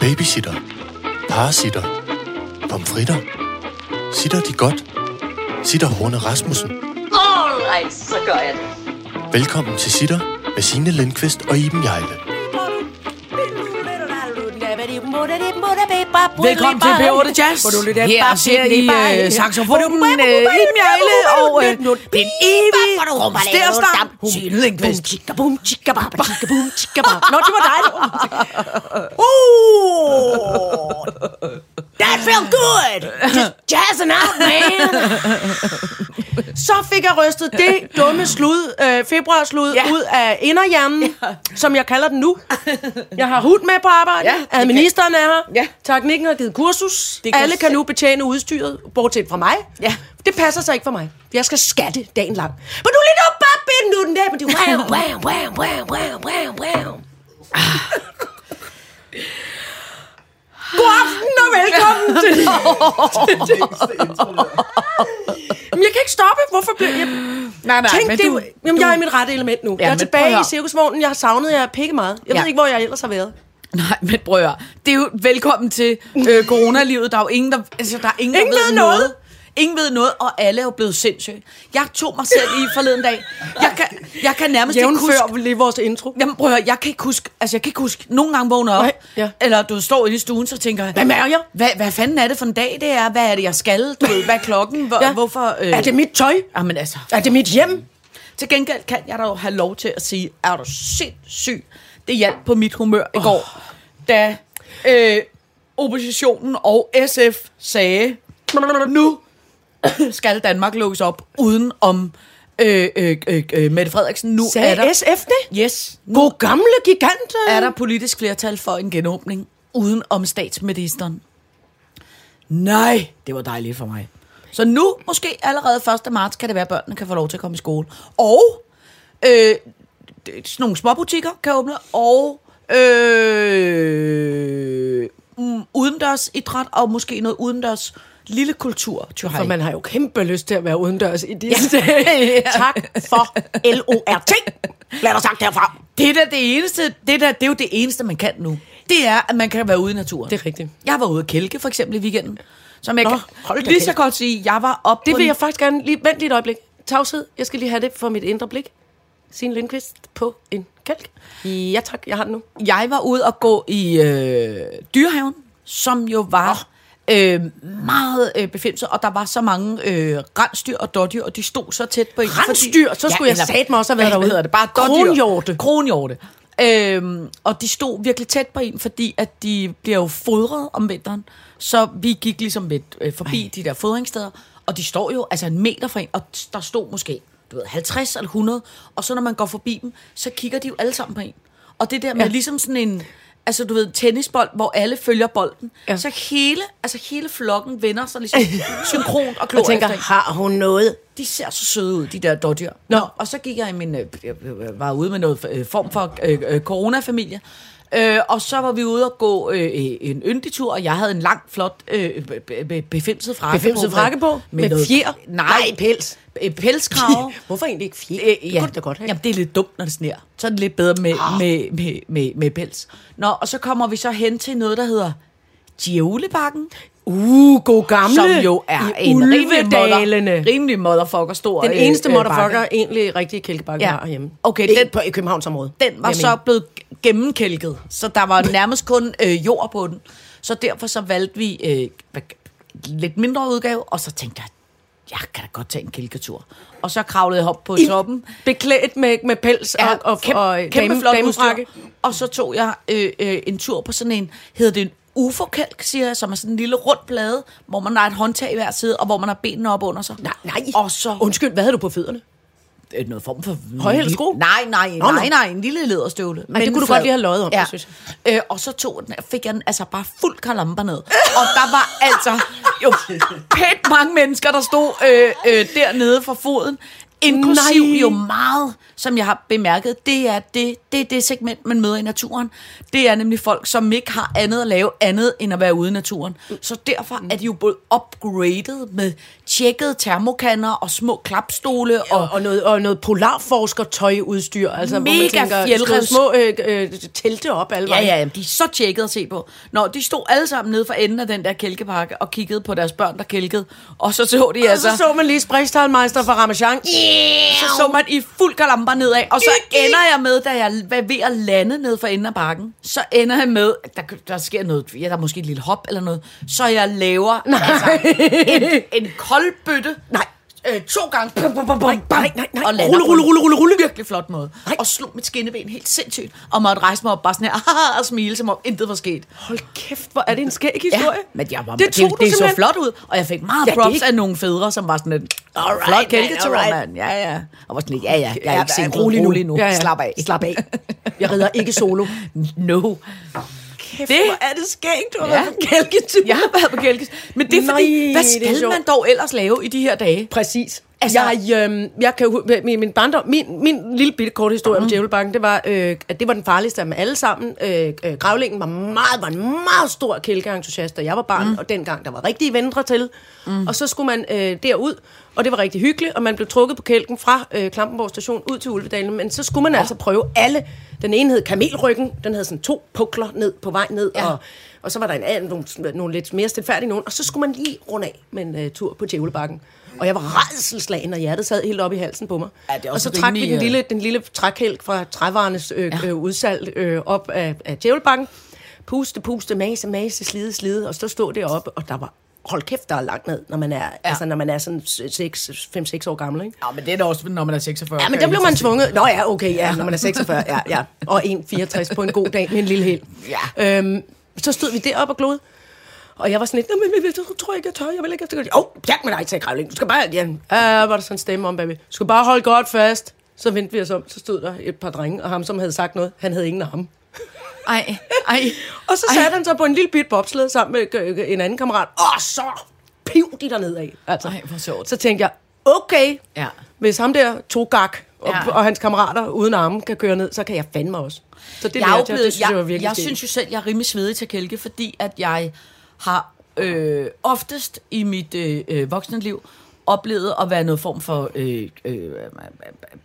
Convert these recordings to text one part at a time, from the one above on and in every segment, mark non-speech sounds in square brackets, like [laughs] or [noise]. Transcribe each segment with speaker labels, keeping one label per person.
Speaker 1: Babysitter. Parasitter. Pomfritter. Sitter de godt? Sitter Horne Rasmussen.
Speaker 2: Alright, så gør jeg det.
Speaker 1: Velkommen til Sitter med Signe Lindqvist og Iben Jejle.
Speaker 3: Velkommen til P8 Jazz. Her ser I
Speaker 4: uh,
Speaker 3: øh, saxofonen øh, Iben Jejle og øh, den evige stærstang. Signe Lindqvist.
Speaker 4: Nå, det var [laughs] dig. Oh, that felt good. Just jazzing out, man.
Speaker 3: Så fik jeg rystet det dumme slud, øh, februarslud,
Speaker 4: Ja.
Speaker 3: ja. ud af inderhjernen, ja. som jeg kalder den nu. Jeg har hund med på arbejde,
Speaker 4: Ja,
Speaker 3: ja,
Speaker 4: det kan-
Speaker 3: administreren er her,
Speaker 4: Ja.
Speaker 3: ja. teknikken har givet kursus,
Speaker 4: Det
Speaker 3: det
Speaker 4: kan-
Speaker 3: kan alle kan nu betjene udstyret, bortset fra mig.
Speaker 4: Ja.
Speaker 3: Det passer sig ikke for mig. Jeg skal skatte dagen lang. Men du lige nu bare binde nu den der, men du wow, [laughs] wow, wow, wow, wow, wow, wow. Ah. God aften og [laughs] velkommen til Jamen, jeg kan ikke stoppe. Hvorfor blev jeg...
Speaker 4: Nej, nej,
Speaker 3: Tænk,
Speaker 4: men
Speaker 3: det,
Speaker 4: du-
Speaker 3: du, jamen,
Speaker 4: du-
Speaker 3: jeg er i mit rette element nu. Ja, jeg er
Speaker 4: men prøv at
Speaker 3: tilbage
Speaker 4: høre.
Speaker 3: i cirkusvognen. Jeg har savnet jer pikke meget. Jeg ja.
Speaker 4: Ja.
Speaker 3: ved ikke, hvor jeg ellers har været.
Speaker 4: Nej, men prøv at høre. Det er jo velkommen til øh, coronalivet. Der er jo ingen, der, altså, der, er ingen,
Speaker 3: Ingen
Speaker 4: der ved,
Speaker 3: ved
Speaker 4: noget.
Speaker 3: noget.
Speaker 4: Ingen ved noget, og alle er jo blevet sindssyge. Jeg tog mig selv i forleden dag. Jeg kan, jeg kan nærmest ikke huske...
Speaker 3: Jævnfør lige vores intro.
Speaker 4: Jamen prøv at høre, jeg kan ikke huske, altså jeg kan ikke huske, nogle gange vågner jeg op,
Speaker 3: Nej,
Speaker 4: ja.
Speaker 3: ja.
Speaker 4: eller du står inde i stuen, så tænker jeg,
Speaker 3: Hvem er jeg?
Speaker 4: Hvad, hvad fanden er det for en dag, det er? Hvad er det, jeg skal? Du ved, hvad er klokken? Hvor, ja. Hvorfor? Øh...
Speaker 3: Er det mit tøj?
Speaker 4: Jamen altså,
Speaker 3: Er det mit hjem?
Speaker 4: til gengæld kan jeg da jo have lov til at sige, er du sindssyg? Det hjalp på mit humør i går, da øh, oppositionen og SF sagde, nu skal Danmark lukkes op uden om øh, øh, øh, øh, Mette Frederiksen. Nu er der,
Speaker 3: Sagde SF det?
Speaker 4: yes, nu
Speaker 3: God gamle gigant. øh.
Speaker 4: er der politisk flertal for en genåbning uden om statsministeren. Nej, det var dejligt for mig. Så nu, måske allerede 1. marts, kan det være, at børnene kan få lov til at komme i skole. Og øh, det- sådan nogle småbutikker kan åbne, og øh, mm, udendørs idræt, og måske noget udendørs lille kultur.
Speaker 3: For man har jo kæmpe lyst til at være udendørs i disse [laughs]
Speaker 4: Ja.
Speaker 3: dage.
Speaker 4: Ja.
Speaker 3: Tak for L-O-R-T. Lad dig sagt herfra.
Speaker 4: Det er da det eneste, det, der, det er jo det eneste, man kan nu. Det er, at man kan være ude i naturen.
Speaker 3: Det er rigtigt.
Speaker 4: Jeg var ude at kælke, for eksempel, i weekenden. Som jeg
Speaker 3: Nå,
Speaker 4: kan,
Speaker 3: hold da
Speaker 4: lige
Speaker 3: kæft.
Speaker 4: så godt sige, jeg var op
Speaker 3: Det
Speaker 4: på
Speaker 3: vil
Speaker 4: en-
Speaker 3: jeg faktisk gerne lige... Vent lige et øjeblik. Tavshed. Jeg skal lige have det for mit indre blik. Signe Lindqvist på en kalk. Ja tak, jeg har den nu.
Speaker 4: jeg var ude og gå i øh, dyrehaven, som jo var øh, meget øh, befimset, og der var så mange øh, rensdyr og dårdyr, og de stod så tæt på en. fordi-
Speaker 3: Rensdyr? Så skulle jeg
Speaker 4: eller-
Speaker 3: satme også have været
Speaker 4: hvad
Speaker 3: derude.
Speaker 4: hedder det? Bare dårdyr.
Speaker 3: Altså, Kronhjorte.
Speaker 4: Kronhjorte. Øhm, og de stod virkelig tæt på en, fordi at de bliver jo fodret om vinteren. Så vi gik ligesom lidt øh, forbi Ej. de der fodringssteder, og de står jo altså en meter fra en, og t- der stod måske du ved, 50 eller 100, og så når man går forbi dem, så kigger de jo alle sammen på en. Og det der med ja. ligesom sådan en, altså du ved, tennisbold, hvor alle følger bolden, ja.
Speaker 3: Ja.
Speaker 4: så hele, altså hele flokken vender sig ligesom synkront og
Speaker 3: [laughs]
Speaker 4: klor
Speaker 3: Og tænker,
Speaker 4: efter en.
Speaker 3: har hun noget?
Speaker 4: De ser så søde ud, de der dårdyr. Nå.
Speaker 3: Nå.
Speaker 4: Nå, og så gik jeg i min, øh, jeg var ude med noget øh, form for øh, øh, coronafamilie, øh, og så var vi ude og gå øh, øh, en yndig tur, og jeg havde en lang, flot, øh, be- be- be- befimset frakke
Speaker 3: Befimset frakke på? Med
Speaker 4: noget-
Speaker 3: fjer?
Speaker 4: Nej,
Speaker 3: Nej, pels.
Speaker 4: Øh,
Speaker 3: [laughs]
Speaker 4: Pelskrave.
Speaker 3: Hvorfor egentlig ikke fire?
Speaker 4: Øh, ja.
Speaker 3: Det kunne du da godt have. Ah.
Speaker 4: Jamen, det er lidt dumt, når det sneer. Så er det lidt bedre med, oh. med, med, med, med pels. Nå, og så kommer vi så hen til noget, der hedder Djævlebakken,
Speaker 3: Uh, god gamle.
Speaker 4: som jo er
Speaker 3: I
Speaker 4: en rimelig,
Speaker 3: Ulvedalene.
Speaker 4: mother, rimelig motherfucker stor.
Speaker 3: Den
Speaker 4: øh,
Speaker 3: eneste
Speaker 4: øh,
Speaker 3: motherfucker
Speaker 4: bakke.
Speaker 3: egentlig rigtig kælkebakke
Speaker 4: Ja.
Speaker 3: ja. har herhjemme.
Speaker 4: Okay,
Speaker 3: Ikke
Speaker 4: den-
Speaker 3: på, i Københavnsområdet.
Speaker 4: den var
Speaker 3: vil jeg
Speaker 4: så
Speaker 3: mene.
Speaker 4: blevet gennemkælket, så der [laughs] var nærmest kun øh, jord på den. Så derfor så valgte vi øh, hvad- lidt mindre udgave, og så tænkte jeg, jeg kan da godt tage en kælketur. Og så kravlede jeg op på toppen.
Speaker 3: Beklædt med, med pels
Speaker 4: Ja,
Speaker 3: og, og,
Speaker 4: kæmpe,
Speaker 3: og øh,
Speaker 4: kæmpe
Speaker 3: dame-
Speaker 4: flot
Speaker 3: damefrakke.
Speaker 4: udstyr. Og så tog jeg øh, øh, en tur på sådan en, hedder det en UFO-kalk, siger jeg, som er sådan en lille rund plade, hvor man har et håndtag i hver side, og hvor man har benene op under sig.
Speaker 3: Nej, nej.
Speaker 4: Og så
Speaker 3: Undskyld, hvad havde du på fødderne?
Speaker 4: øh, noget form for...
Speaker 3: Højhælede sko?
Speaker 4: Nej, nej,
Speaker 3: Nå, nå.
Speaker 4: nej, nej, nej, en lille læderstøvle. Men
Speaker 3: det kunne du
Speaker 4: flad.
Speaker 3: godt lige have løjet om, det synes
Speaker 4: Øh, og så tog den, fik jeg den altså bare fuld kalamper ned. Og der var altså jo pænt mange mennesker, der stod øh, øh, dernede for foden. Inklusiv
Speaker 3: Nej.
Speaker 4: Nej. jo meget, som jeg har bemærket, det er det, det er det segment, man møder i naturen. Det er nemlig folk, som ikke har andet at lave andet, end at være ude i naturen. Så derfor er de jo både upgraded med tjekkede termokanner og små klapstole og
Speaker 3: og, og, noget, og noget polarforskertøjudstyr. Altså, hvor man
Speaker 4: Mega
Speaker 3: tænker,
Speaker 4: fjeldrevs-
Speaker 3: slå små øh, øh, telte op alle
Speaker 4: Ja,
Speaker 3: vejen.
Speaker 4: ja, jamen, de er så tjekket at se på. Nå, de stod alle sammen nede for enden af den der kælkepakke og kiggede på deres børn, der kælkede. Og så så de
Speaker 3: Og så
Speaker 4: altså,
Speaker 3: så man lige Sprechtalmeister fra Ramachan.
Speaker 4: så, så man i fuld kalamper nedad. Og så ender jeg med, da jeg var ved at lande nede for enden af bakken, så ender jeg med, der, der sker noget, ja, der er måske et lille hop eller noget, så jeg laver Nej. Altså, en, en koldbøtte.
Speaker 3: Nej.
Speaker 4: Øh, to gange bum, bum, bum, bum, nej,
Speaker 3: nej, nej, nej.
Speaker 4: og lander
Speaker 3: Rulle,
Speaker 4: på
Speaker 3: rulle,
Speaker 4: en
Speaker 3: rulle, rulle, rulle.
Speaker 4: virkelig flot måde.
Speaker 3: Nej.
Speaker 4: Nej. Og slog mit skinneben helt sindssygt, og måtte rejse mig op bare sådan her, [laughs] og smile, som om intet var sket.
Speaker 3: Hold kæft, hvor er det en skæg
Speaker 4: Ja,
Speaker 3: historie.
Speaker 4: men jeg var,
Speaker 3: det
Speaker 4: det,
Speaker 3: tog
Speaker 4: det,
Speaker 3: du
Speaker 4: det så
Speaker 3: simpelthen.
Speaker 4: flot ud, og jeg fik meget
Speaker 3: Ja,
Speaker 4: ja,
Speaker 3: det er
Speaker 4: props
Speaker 3: ikke-
Speaker 4: af nogle fædre, som var sådan en
Speaker 3: Alright,
Speaker 4: flot
Speaker 3: man,
Speaker 4: kælketur,
Speaker 3: alright.
Speaker 4: mand. Ja, ja. Og var sådan lidt, ja, ja, jeg
Speaker 3: Ja,
Speaker 4: er ikke sent
Speaker 3: rolig
Speaker 4: rolig,
Speaker 3: nu.
Speaker 4: rolig nu.
Speaker 3: Ja, ja.
Speaker 4: Slap af. [laughs]
Speaker 3: Slap af. Jeg rider ikke solo.
Speaker 4: No.
Speaker 3: Kæft,
Speaker 4: Det-
Speaker 3: er det skægt, du har
Speaker 4: Ja.
Speaker 3: været på kælketur.
Speaker 4: Jeg har været på kælkes. Men det er
Speaker 3: Nej,
Speaker 4: [laughs] fordi, hvad
Speaker 3: det er
Speaker 4: skal
Speaker 3: sjovt.
Speaker 4: man dog ellers lave i de her dage?
Speaker 3: Præcis. Altså,
Speaker 4: Altså-
Speaker 3: jeg, øh, jeg kan jo- min, min barndom, min, min lille bitte kort historie mm. om Djævelbanken, det var, øh, at det var den farligste af dem alle sammen. Øh, øh, gravlingen var, meget, var en meget stor kælkeentusiast, da jeg var barn, mm. og dengang der var rigtige venner til. Mm. Og så skulle man øh, derud, og det var rigtig hyggeligt, og man blev trukket på kælken fra øh, Klampenborg station ud til Ulvedalen, men så skulle man altså prøve alle. Den ene hed kamelryggen, den havde sådan to pukler ned på vej ned, ja.
Speaker 4: Ja.
Speaker 3: og og så var der en anden, nogle, nogle lidt mere stilfærdige nogen, og så skulle man lige runde af med en uh, tur på Djævlebakken. Og jeg var redselslagen, og hjertet sad helt oppe i halsen på mig.
Speaker 4: Ja, det er
Speaker 3: og
Speaker 4: også
Speaker 3: så
Speaker 4: en
Speaker 3: trak vi
Speaker 4: rimelig,
Speaker 3: den
Speaker 4: øh,
Speaker 3: lille, den lille trækhælk fra trævarernes øh, ja. øh, udsalg øh, op af, af Djævlebakken. Puste, puste, mase, mase, slide, slide, og så stod deroppe, og der var hold kæft, der er langt ned, når man er, ja. altså, når man er sådan 5-6 år gammel, ikke?
Speaker 4: Ja, men det er da også, når man er 46.
Speaker 3: Ja, men der blev man tvunget. Nå ja, okay, ja, når man er 46, ja, ja. Og 1,64 på en god dag med en lille hel. Ja. Øhm, så stod vi deroppe og glod. Og jeg var sådan lidt, "Nå, men, men, men, jeg tror ikke, jeg tør, jeg vil ikke. Jeg Åh, oh, pjat med dig, sagde Grævling. Du skal bare, ja, ja, var der sådan en stemme om, baby. Du skal bare holde godt fast. Så vendte vi os om, så stod der et par drenge, og ham, som havde sagt noget, han havde ingen af ham.
Speaker 4: Ej, ej. [laughs]
Speaker 3: Og så satte han sig på en lille bit bobsled sammen med øh, øh, en anden kammerat. Og så piv de dernede af. Altså.
Speaker 4: Ej, hvor sjovt.
Speaker 3: Så tænkte jeg, okay,
Speaker 4: Ja.
Speaker 3: hvis ham der Togak og, ja.
Speaker 4: Ja.
Speaker 3: og hans kammerater uden arme kan køre ned, så kan jeg fandme også. Så det lærte
Speaker 4: er
Speaker 3: jeg,
Speaker 4: jo
Speaker 3: og det synes jeg, var virkelig
Speaker 4: jeg
Speaker 3: skægt.
Speaker 4: synes jo selv, jeg er rimelig svedig til kælke, fordi at jeg har øh, oftest i mit øh, øh, voksne liv oplevet at være noget form for øh, øh,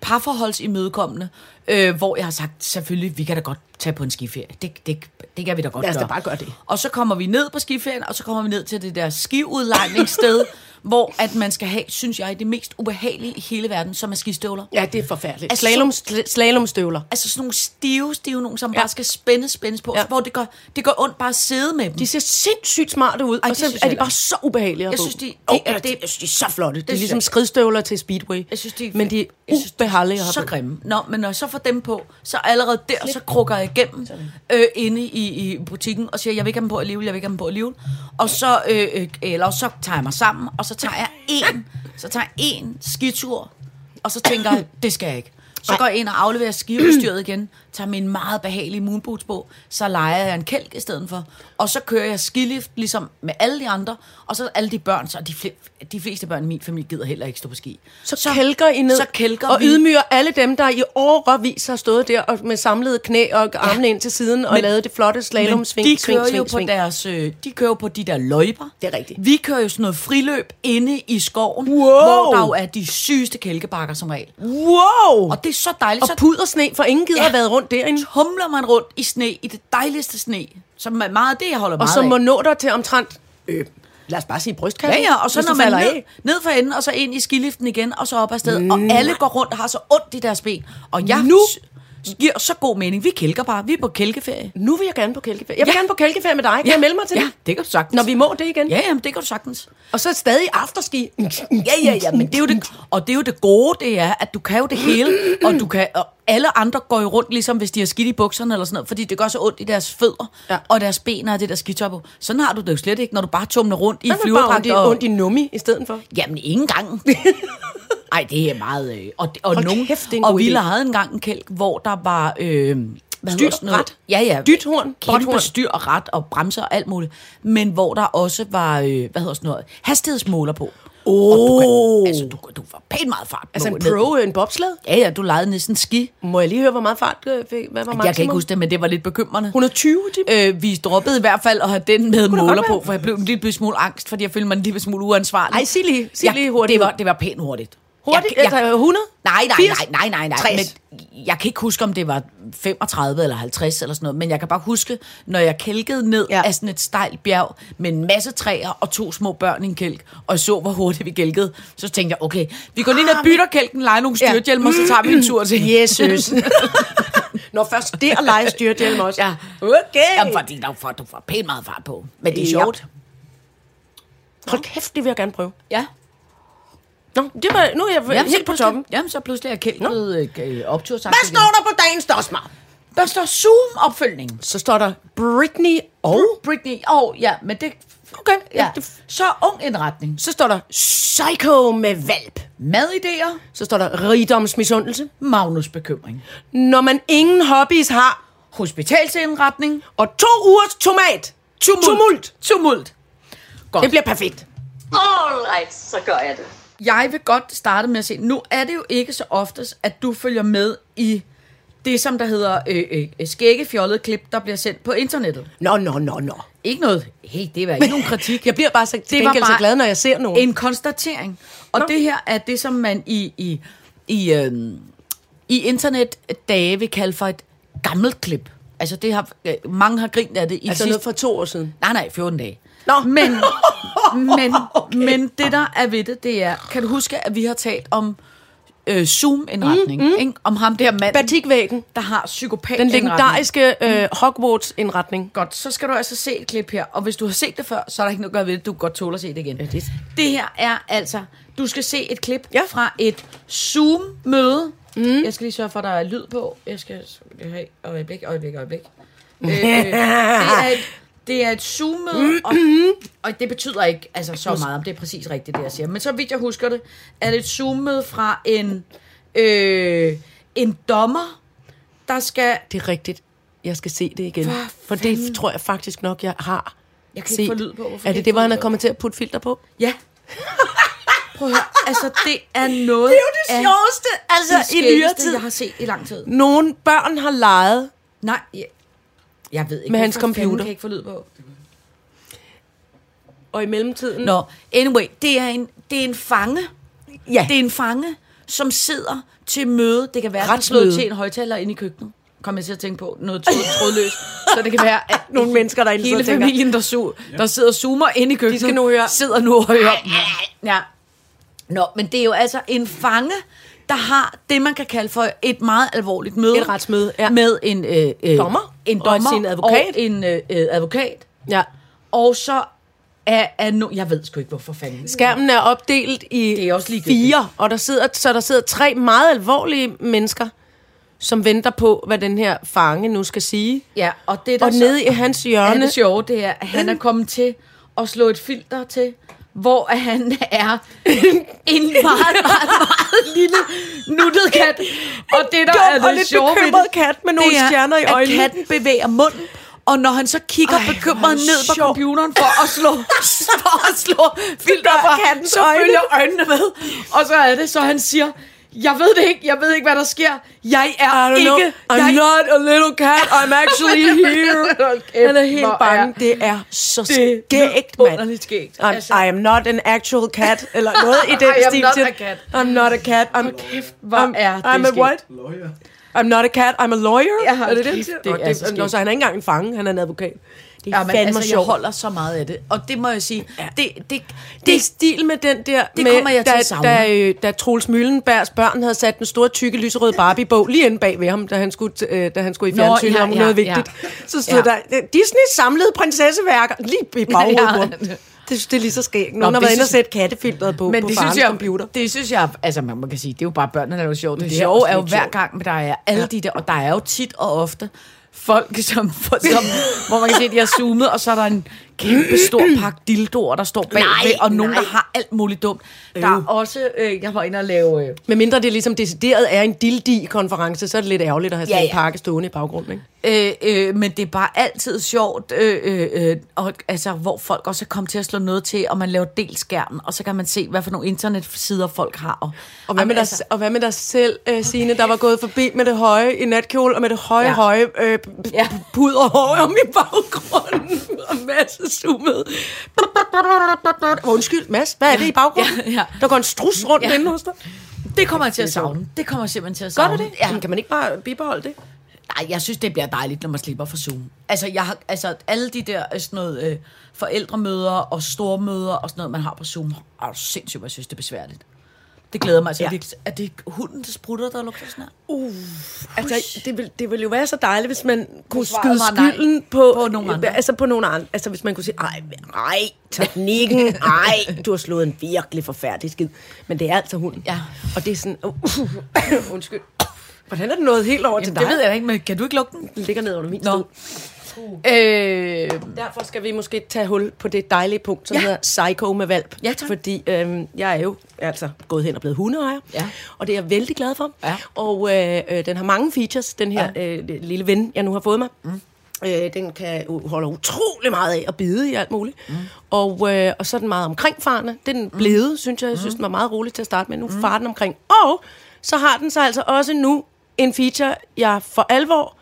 Speaker 4: parforholdsimødekommende, øh, hvor jeg har sagt, selvfølgelig, vi kan da godt tage på en skiferie. Det, det, det kan vi da godt
Speaker 3: Lad os da
Speaker 4: gøre.
Speaker 3: bare gøre det.
Speaker 4: Og så kommer vi ned på skiferien, og så kommer vi ned til det der skiudlejningssted, [laughs] hvor at man skal have, synes jeg, det mest ubehagelige i hele verden, som er skistøvler.
Speaker 3: Ja, det er forfærdeligt. Altså,
Speaker 4: Altså,
Speaker 3: Slalom, sl- slalomstøvler.
Speaker 4: Altså sådan nogle stive, stive nogen, som
Speaker 3: Ja.
Speaker 4: ja. bare skal spændes, spændes på,
Speaker 3: Ja.
Speaker 4: ja. hvor det gør, det gør ondt bare at sidde med dem.
Speaker 3: De ser sindssygt smarte ud, Ej, og
Speaker 4: Ej, det
Speaker 3: så
Speaker 4: synes
Speaker 3: er
Speaker 4: jeg
Speaker 3: de bare
Speaker 4: heller
Speaker 3: så ubehagelige at
Speaker 4: Jeg
Speaker 3: få.
Speaker 4: synes, de- det-
Speaker 3: Åh, jeg-
Speaker 4: det-
Speaker 3: jeg synes, de er så flotte. Det er
Speaker 4: synes
Speaker 3: ligesom
Speaker 4: jeg.
Speaker 3: skridstøvler til Speedway.
Speaker 4: Jeg synes, de er
Speaker 3: Men de er
Speaker 4: fedt. Jeg synes, de er
Speaker 3: ubehagelige at have
Speaker 4: så
Speaker 3: på.
Speaker 4: grimme. Nå, men når jeg så får dem på, så allerede der, så krukker jeg igennem øh, inde i, i butikken og siger, jeg vil ikke have dem på alligevel, jeg vil ikke have dem på alligevel. Og så, øh, øh, eller så tager jeg mig sammen, og så tager jeg en, så tager jeg en skitur, og så tænker jeg, det skal jeg ikke. Så går jeg ind og afleverer skivestyret igen, tager min meget behagelige moonboots på, så leger jeg en kælk i stedet for, og så kører jeg skilift, ligesom med alle de andre, og så alle de børn, så de, fl- de fleste børn i min familie gider heller ikke stå på ski.
Speaker 3: Så, så kælker I ned
Speaker 4: så kælker
Speaker 3: og
Speaker 4: vi.
Speaker 3: ydmyger alle dem, der i årevis har stået der og med samlede knæ og armene ind til siden og
Speaker 4: Men-
Speaker 3: lavet det flotte slalom sving,
Speaker 4: de
Speaker 3: sving,
Speaker 4: kører jo
Speaker 3: sving,
Speaker 4: på
Speaker 3: sving.
Speaker 4: deres, øh, de kører jo på de der løjper.
Speaker 3: Det er rigtigt.
Speaker 4: Vi kører jo sådan noget friløb inde i skoven,
Speaker 3: Wow!
Speaker 4: hvor der jo er de sygeste kælkebakker som regel.
Speaker 3: Wow!
Speaker 4: Og det er så dejligt,
Speaker 3: Og
Speaker 4: så
Speaker 3: pudersne, for ingen gider ja.
Speaker 4: Ja.
Speaker 3: have været rundt derinde.
Speaker 4: tumler man rundt i sne, i det dejligste sne, som er meget af det, jeg holder
Speaker 3: Og
Speaker 4: meget
Speaker 3: så må
Speaker 4: af.
Speaker 3: nå dig til omtrent, øh, lad os bare sige brystkassen.
Speaker 4: Ja, ja, og så
Speaker 3: hvis
Speaker 4: når
Speaker 3: du
Speaker 4: man
Speaker 3: falder
Speaker 4: ned,
Speaker 3: af.
Speaker 4: ned for enden, og så ind i skiliften igen, og så op afsted, mm. og alle går rundt og har så ondt i deres ben. Og jeg
Speaker 3: Nu-
Speaker 4: s- giver så god mening. Vi kælker bare. Vi er på kælkeferie.
Speaker 3: Nu vil jeg gerne på kælkeferie. Jeg vil ja.
Speaker 4: Ja.
Speaker 3: gerne på kælkeferie med dig. Kan ja. jeg melde mig til
Speaker 4: ja,
Speaker 3: det?
Speaker 4: det kan du sagtens.
Speaker 3: Når vi må det igen.
Speaker 4: Ja, Mm, jamen, det kan du sagtens.
Speaker 3: Og så stadig afterski.
Speaker 4: Ja, ja, ja, men det er jo det, og det er jo det gode, det er, at du kan jo det hele, og du kan, og alle andre går jo rundt, ligesom hvis de har skidt i bukserne eller sådan noget, fordi det gør så ondt i deres fødder,
Speaker 3: Ja.
Speaker 4: ja. og deres ben og det der skitøj på. Sådan har du det jo slet ikke, når du bare tumler rundt i
Speaker 3: Jeg vil bare
Speaker 4: flyverdragt.
Speaker 3: ondt i,
Speaker 4: Og,
Speaker 3: ondt i nummi i stedet for.
Speaker 4: Jamen, ingen
Speaker 3: [laughs]
Speaker 4: gang. Ej, det er meget... Øh, og og,
Speaker 3: Hold
Speaker 4: nogen,
Speaker 3: kæft, det er en god
Speaker 4: og vi
Speaker 3: idé.
Speaker 4: lavede engang en kælk, hvor der var... Øh, hvad
Speaker 3: Styr,
Speaker 4: hedder sådan noget?
Speaker 3: ret,
Speaker 4: Ja, ja.
Speaker 3: dythorn, bothorn.
Speaker 4: Kæmpe styr og ret og bremser og alt muligt. Men hvor der også var, øh, hvad hedder sådan noget, hastighedsmåler på. Oh. Og du,
Speaker 3: Åh.
Speaker 4: kan, altså, du, du var pænt meget fart.
Speaker 3: Altså en
Speaker 4: målet.
Speaker 3: pro, øh, en bobsled?
Speaker 4: Ja, ja, du legede næsten ski.
Speaker 3: Må jeg lige høre, hvor meget fart øh, fik? Hvad var maksimum?
Speaker 4: Jeg kan ikke huske det, men det var lidt bekymrende.
Speaker 3: 120, de...
Speaker 4: Øh, vi droppede i hvert fald at have den med måler
Speaker 3: godt være.
Speaker 4: på, for jeg blev en lille smule angst, fordi jeg følte mig en lille smule uansvarlig.
Speaker 3: Ej, sig lige- sig lige hurtigt.
Speaker 4: Øh, Det var, det var pænt hurtigt.
Speaker 3: Hurtigt?
Speaker 4: Jeg, jeg,
Speaker 3: Altså 100?
Speaker 4: nej, nej,
Speaker 3: 80?
Speaker 4: nej, nej, nej, nej.
Speaker 3: 60?
Speaker 4: Men jeg kan ikke huske, om det var 35 eller 50 eller sådan noget, men jeg kan bare huske, når jeg kælkede ned
Speaker 3: Ja.
Speaker 4: ja. af sådan et stejlt bjerg med en masse træer og to små børn i en kælk, og jeg så, hvor hurtigt vi kælkede, så tænkte jeg, okay, Ah, vi Mm. går lige ned og bytter kælken, leger nogle
Speaker 3: Ja.
Speaker 4: styrthjelme, og så tager vi en tur til [laughs]
Speaker 3: Jesus. Når først det at lege styrthjelm også.
Speaker 4: Ja.
Speaker 3: Okay.
Speaker 4: Jamen, fordi der var, du var pænt meget fart på. Men det er
Speaker 3: Ja.
Speaker 4: sjovt.
Speaker 3: Hold kæft, det vil jeg gerne prøve.
Speaker 4: Ja.
Speaker 3: Nå, det var, nu er jeg
Speaker 4: Jamen,
Speaker 3: Jamen, helt på toppen.
Speaker 4: Jamen, så pludselig er kælket øh, optursagt.
Speaker 3: Hvad står der på dagens dørsmar?
Speaker 4: Der står Zoom-opfølgning.
Speaker 3: Så står der Britney og...
Speaker 4: Britney. Åh, oh, ja, men det...
Speaker 3: Okay, ja.
Speaker 4: Ja. Så ung indretning.
Speaker 3: Så står der Psycho med valp.
Speaker 4: Madidéer.
Speaker 3: Så står der rigdomsmisundelse.
Speaker 4: Magnus bekymring.
Speaker 3: Når man ingen hobbies har.
Speaker 4: Hospitalsindretning.
Speaker 3: Og to ugers tomat.
Speaker 4: Tumult.
Speaker 3: Tumult.
Speaker 4: Tumult.
Speaker 3: Det bliver perfekt.
Speaker 2: All right, så gør jeg det.
Speaker 4: Jeg vil godt starte med at se, nu er det jo ikke så oftest, at du følger med i det, som der hedder øh, øh, skæggefjollet klip, der bliver sendt på internettet.
Speaker 3: Nå, nå, nå, nå.
Speaker 4: Ikke noget, hey, det var ikke nogen kritik.
Speaker 3: Jeg bliver bare så, til
Speaker 4: var
Speaker 3: gengæld så
Speaker 4: bare
Speaker 3: glad, når jeg ser nogen.
Speaker 4: En konstatering. Og
Speaker 3: Nå.
Speaker 4: Nå. det her er det, som man i, i, i, øhm, i internetdage vil kalde for et gammelt klip. Altså, det har, øh, mange har grint af det i
Speaker 3: altså
Speaker 4: de
Speaker 3: noget
Speaker 4: sidste...
Speaker 3: for to år siden.
Speaker 4: Nej, nej, 14 dage.
Speaker 3: Nå. [laughs]
Speaker 4: Men, men, okay. men det, der er ved det, det er... Kan du huske, at vi har talt om øh, Zoom-indretning? Mm, mm. Ikke? Om ham der mand,
Speaker 3: Batikvæggen.
Speaker 4: der har psykopat
Speaker 3: Den legendariske
Speaker 4: Mm.
Speaker 3: øh, Hogwarts-indretning.
Speaker 4: Godt, så skal du altså se et klip her. Og hvis du har set det før, så er der ikke noget at gøre ved det. Du kan godt tåle at se det igen.
Speaker 3: Ja, det-
Speaker 4: det her er altså... Du skal se et klip
Speaker 3: Ja.
Speaker 4: ja. fra et Zoom-møde. Mm. Jeg skal lige sørge for, at der er lyd på. Jeg skal... Hey, øjeblik, øjeblik,
Speaker 3: [laughs]
Speaker 4: øjeblik. øh, øh, det, er et, det er et Zoom-møde,
Speaker 3: [clears throat]
Speaker 4: og, og det betyder ikke altså, så meget, om det er præcis rigtigt, det jeg siger. Men så vidt jeg husker det, er det et Zoom-møde fra en, øh, en dommer, der skal...
Speaker 3: Det er rigtigt. Jeg skal se det igen.
Speaker 4: For
Speaker 3: For det tror jeg faktisk nok, jeg har
Speaker 4: Jeg kan ikke få lyd på. Hvorfor
Speaker 3: Er
Speaker 4: kan jeg
Speaker 3: det
Speaker 4: ikke
Speaker 3: det,
Speaker 4: få
Speaker 3: hvor han
Speaker 4: lyd
Speaker 3: er
Speaker 4: på?
Speaker 3: kommet til at putte filter på?
Speaker 4: [laughs] Ja. Prøv at høre, altså det er noget Det er jo
Speaker 3: altså
Speaker 4: jeg har set i lang tid.
Speaker 3: Nogle børn har leget.
Speaker 4: Nej, jeg, jeg ved ikke.
Speaker 3: Med hans
Speaker 4: hvorfor fanden
Speaker 3: computer.
Speaker 4: Kan jeg ikke få lyd på.
Speaker 3: Og i mellemtiden...
Speaker 4: Nå, anyway, det er en, det er en fange.
Speaker 3: ja.
Speaker 4: Det er en fange, som sidder til møde. Det kan være, at han er slået
Speaker 3: Retsmøde.
Speaker 4: til en højtaler inde i køkkenet. Kom jeg til at tænke på noget tråd- trådløst. Så det kan være, at
Speaker 3: [laughs] Nogle mennesker derinde
Speaker 4: hele
Speaker 3: sidder og tænker,
Speaker 4: familien, der, su- der sidder og zoomer inde i køkkenet,
Speaker 3: skal nu høre.
Speaker 4: sidder nu og hører. Ja. Nå, men det er jo altså en fange, der har det, man kan kalde for et meget alvorligt møde.
Speaker 3: Et retsmøde, ja.
Speaker 4: Med en, øh, øh,
Speaker 3: Dommer.
Speaker 4: en
Speaker 3: Og
Speaker 4: dommer
Speaker 3: sin advokat.
Speaker 4: Og en øh, øh, advokat.
Speaker 3: Ja.
Speaker 4: Og så er, er no- jeg ved sgu ikke, hvorfor fanden.
Speaker 3: Skærmen er opdelt i
Speaker 4: Det er også ligegyldigt.
Speaker 3: fire, og der sidder, så der sidder tre meget alvorlige mennesker, som venter på, hvad den her fange nu skal sige.
Speaker 4: Ja, og det er der
Speaker 3: Og
Speaker 4: så,
Speaker 3: nede i hans
Speaker 4: er
Speaker 3: hjørne,
Speaker 4: det sjove, det er, at han er kommet til at slå et filter til, hvor at han er en meget, meget, meget lille nuttet kat. Og det, der
Speaker 3: Dum
Speaker 4: er
Speaker 3: og
Speaker 4: det
Speaker 3: lidt
Speaker 4: sjove ved
Speaker 3: bekymret
Speaker 4: det,
Speaker 3: kat med nogle
Speaker 4: det er,
Speaker 3: stjerner i øjnene.
Speaker 4: at katten bevæger munden, og når han så kigger
Speaker 3: Ej,
Speaker 4: Ej,
Speaker 3: hvor er
Speaker 4: bekymret
Speaker 3: det
Speaker 4: ned på
Speaker 3: sjovt.
Speaker 4: computeren for at slå, [laughs] for at slå filter
Speaker 3: gør
Speaker 4: fra,
Speaker 3: kattens
Speaker 4: så
Speaker 3: øjne.
Speaker 4: følger øjnene med. Og så er det, så han siger, jeg ved det ikke, jeg ved ikke, hvad der sker. Jeg er
Speaker 3: I don't
Speaker 4: ikke,
Speaker 3: know. I'm
Speaker 4: jeg
Speaker 3: not a little cat. I'm actually here.
Speaker 4: [laughs] Hold kæft,
Speaker 3: Han er helt
Speaker 4: hvor
Speaker 3: bange.
Speaker 4: er
Speaker 3: Det er så
Speaker 4: det
Speaker 3: skægt, mand.
Speaker 4: vidunderligt skægt. Altså,
Speaker 3: I'm- I am not an actual cat, eller noget i den
Speaker 4: [laughs] I am
Speaker 3: stil.
Speaker 4: not
Speaker 3: til-
Speaker 4: a cat.
Speaker 3: I'm not a cat. I'm,
Speaker 4: hvor
Speaker 3: I'm,
Speaker 4: er det
Speaker 3: I'm a
Speaker 4: skægt.
Speaker 3: what? I'm not a cat, I'm a lawyer.
Speaker 4: Ja, hold
Speaker 3: er det
Speaker 4: kæft,
Speaker 3: det?
Speaker 4: det
Speaker 3: Nå,
Speaker 4: er så skægt.
Speaker 3: Nå, så han er ikke engang en fange, han er en advokat. Det er
Speaker 4: Ja, men
Speaker 3: fandme
Speaker 4: altså, jeg
Speaker 3: sjovt.
Speaker 4: holder så meget af det. Og det må jeg sige, ja. det, det, det,
Speaker 3: Det er stil med den der...
Speaker 4: Det
Speaker 3: med,
Speaker 4: kommer jeg til
Speaker 3: da,
Speaker 4: at savne.
Speaker 3: Da, øh, da Troels Møllenbergs børn havde sat den store, tykke, lyserøde Barbie-bog lige inde bag ved ham, da han skulle, øh, da han skulle i
Speaker 4: Nå,
Speaker 3: fjernsynet
Speaker 4: ja,
Speaker 3: om
Speaker 4: ja,
Speaker 3: noget
Speaker 4: ja.
Speaker 3: vigtigt. Så stod ja.
Speaker 4: Ja.
Speaker 3: der øh, Disney samlede prinsesseværker lige i baghovedet. Ja.
Speaker 4: [laughs] Ja.
Speaker 3: Det, det er lige så skægt. Nogen har
Speaker 4: det
Speaker 3: været inde og
Speaker 4: synes-
Speaker 3: sætte kattefiltret på,
Speaker 4: men
Speaker 3: på
Speaker 4: det
Speaker 3: farens
Speaker 4: synes jeg,
Speaker 3: computer.
Speaker 4: det synes jeg, altså man, man kan sige, det er jo bare børnene, der er jo sjovt. Det,
Speaker 3: det
Speaker 4: det
Speaker 3: er
Speaker 4: sjove
Speaker 3: også
Speaker 4: er jo
Speaker 3: lidt
Speaker 4: hver
Speaker 3: sjovt.
Speaker 4: gang, der er alle ja. de der, og der [laughs] er jo tit og ofte folk, som, for, som hvor man kan se, de har zoomet, og så er der en kæmpe stor pakke dildoer, der står bagved,
Speaker 3: Nej,
Speaker 4: og nogen,
Speaker 3: nej.
Speaker 4: der har alt muligt dumt. Der er også, øh, jeg var inde og lave... Øh,
Speaker 3: Men mindre det ligesom decideret er en dildi-konference, så er det lidt ærgerligt at have sådan
Speaker 4: Ja,
Speaker 3: ja, ja.
Speaker 4: ja.
Speaker 3: en pakke stående i baggrunden, ikke?
Speaker 4: Øh, øh, men det er bare altid sjovt, øh, øh, øh, og, altså, hvor folk også er kommet til at slå noget til, og man laver del skærmen, og så kan man se, hvad for nogle internetsider folk har. Og,
Speaker 3: Og hvad, med
Speaker 4: Jamen,
Speaker 3: dig, altså. og hvad med dig selv, øh, Signe, der var gået forbi med det høje i natkjole, og med det høje,
Speaker 4: Ja.
Speaker 3: ja. høje øh,
Speaker 4: Ja.
Speaker 3: ja. puderhår om i baggrunden, [laughs] og masse summet. Undskyld, Mads, hvad er det i baggrunden?
Speaker 4: ja, ja.
Speaker 3: Der går en strus rundt
Speaker 4: Ja.
Speaker 3: ja. inde hos dig.
Speaker 4: det kommer jeg til at savne. Det kommer jeg simpelthen til at
Speaker 3: Gør
Speaker 4: savne.
Speaker 3: du det?
Speaker 4: Ja.
Speaker 3: Jamen, kan man ikke bare bibeholde det?
Speaker 4: Nej, jeg synes, det bliver dejligt, når man slipper for Zoom. Altså, jeg har, altså alle de der øh, sådan noget, øh, forældremøder og stormøder og sådan noget, man har på Zoom, er jo sindssygt, hvor jeg synes, det er besværligt. Det glæder mig altså ja.
Speaker 3: Ja.
Speaker 4: virkelig. Er det hunden, der sprutter, der lugter sådan her?
Speaker 3: Altså, det ville, det ville jo være så dejligt, hvis man kunne
Speaker 4: svaret
Speaker 3: skyde
Speaker 4: var nej.
Speaker 3: skylden på,
Speaker 4: På nogle andre.
Speaker 3: Altså, på nogle andre. Altså, hvis man kunne sige, ej, ej, teknikken, ej, du har slået en virkelig forfærdelig skid. Men det er altså hunden.
Speaker 4: Ja.
Speaker 3: Og det er sådan, uh, undskyld. Hvordan er det noget helt over til
Speaker 4: Jamen,
Speaker 3: dig?
Speaker 4: det ved jeg ikke, men kan du ikke lugte den?
Speaker 3: Den ligger ned under min
Speaker 4: Nå.
Speaker 3: stol.
Speaker 4: Øh,
Speaker 3: Derfor skal vi måske tage hul på det dejlige punkt, som
Speaker 4: Ja.
Speaker 3: ja. hedder Psycho med valp.
Speaker 4: Ja, tak.
Speaker 3: Fordi øhm, jeg er jo altså gået hen og blevet hundeejer,
Speaker 4: Ja.
Speaker 3: og det er jeg vældig glad for.
Speaker 4: Ja.
Speaker 3: Og øh, øh, den har mange features, den her
Speaker 4: Ja.
Speaker 3: ja. øh, lille ven, jeg nu har fået mig. Mm. Øh, den kan u- holder utrolig meget af at bide i alt muligt. Mm. Og, øh, og så er den meget omkringfarende. Det er
Speaker 4: Mm.
Speaker 3: den blevet, synes jeg. Jeg synes, den var meget rolig til at starte med. Nu mm. farer den omkring. Og så har den så altså også nu en feature, jeg for alvor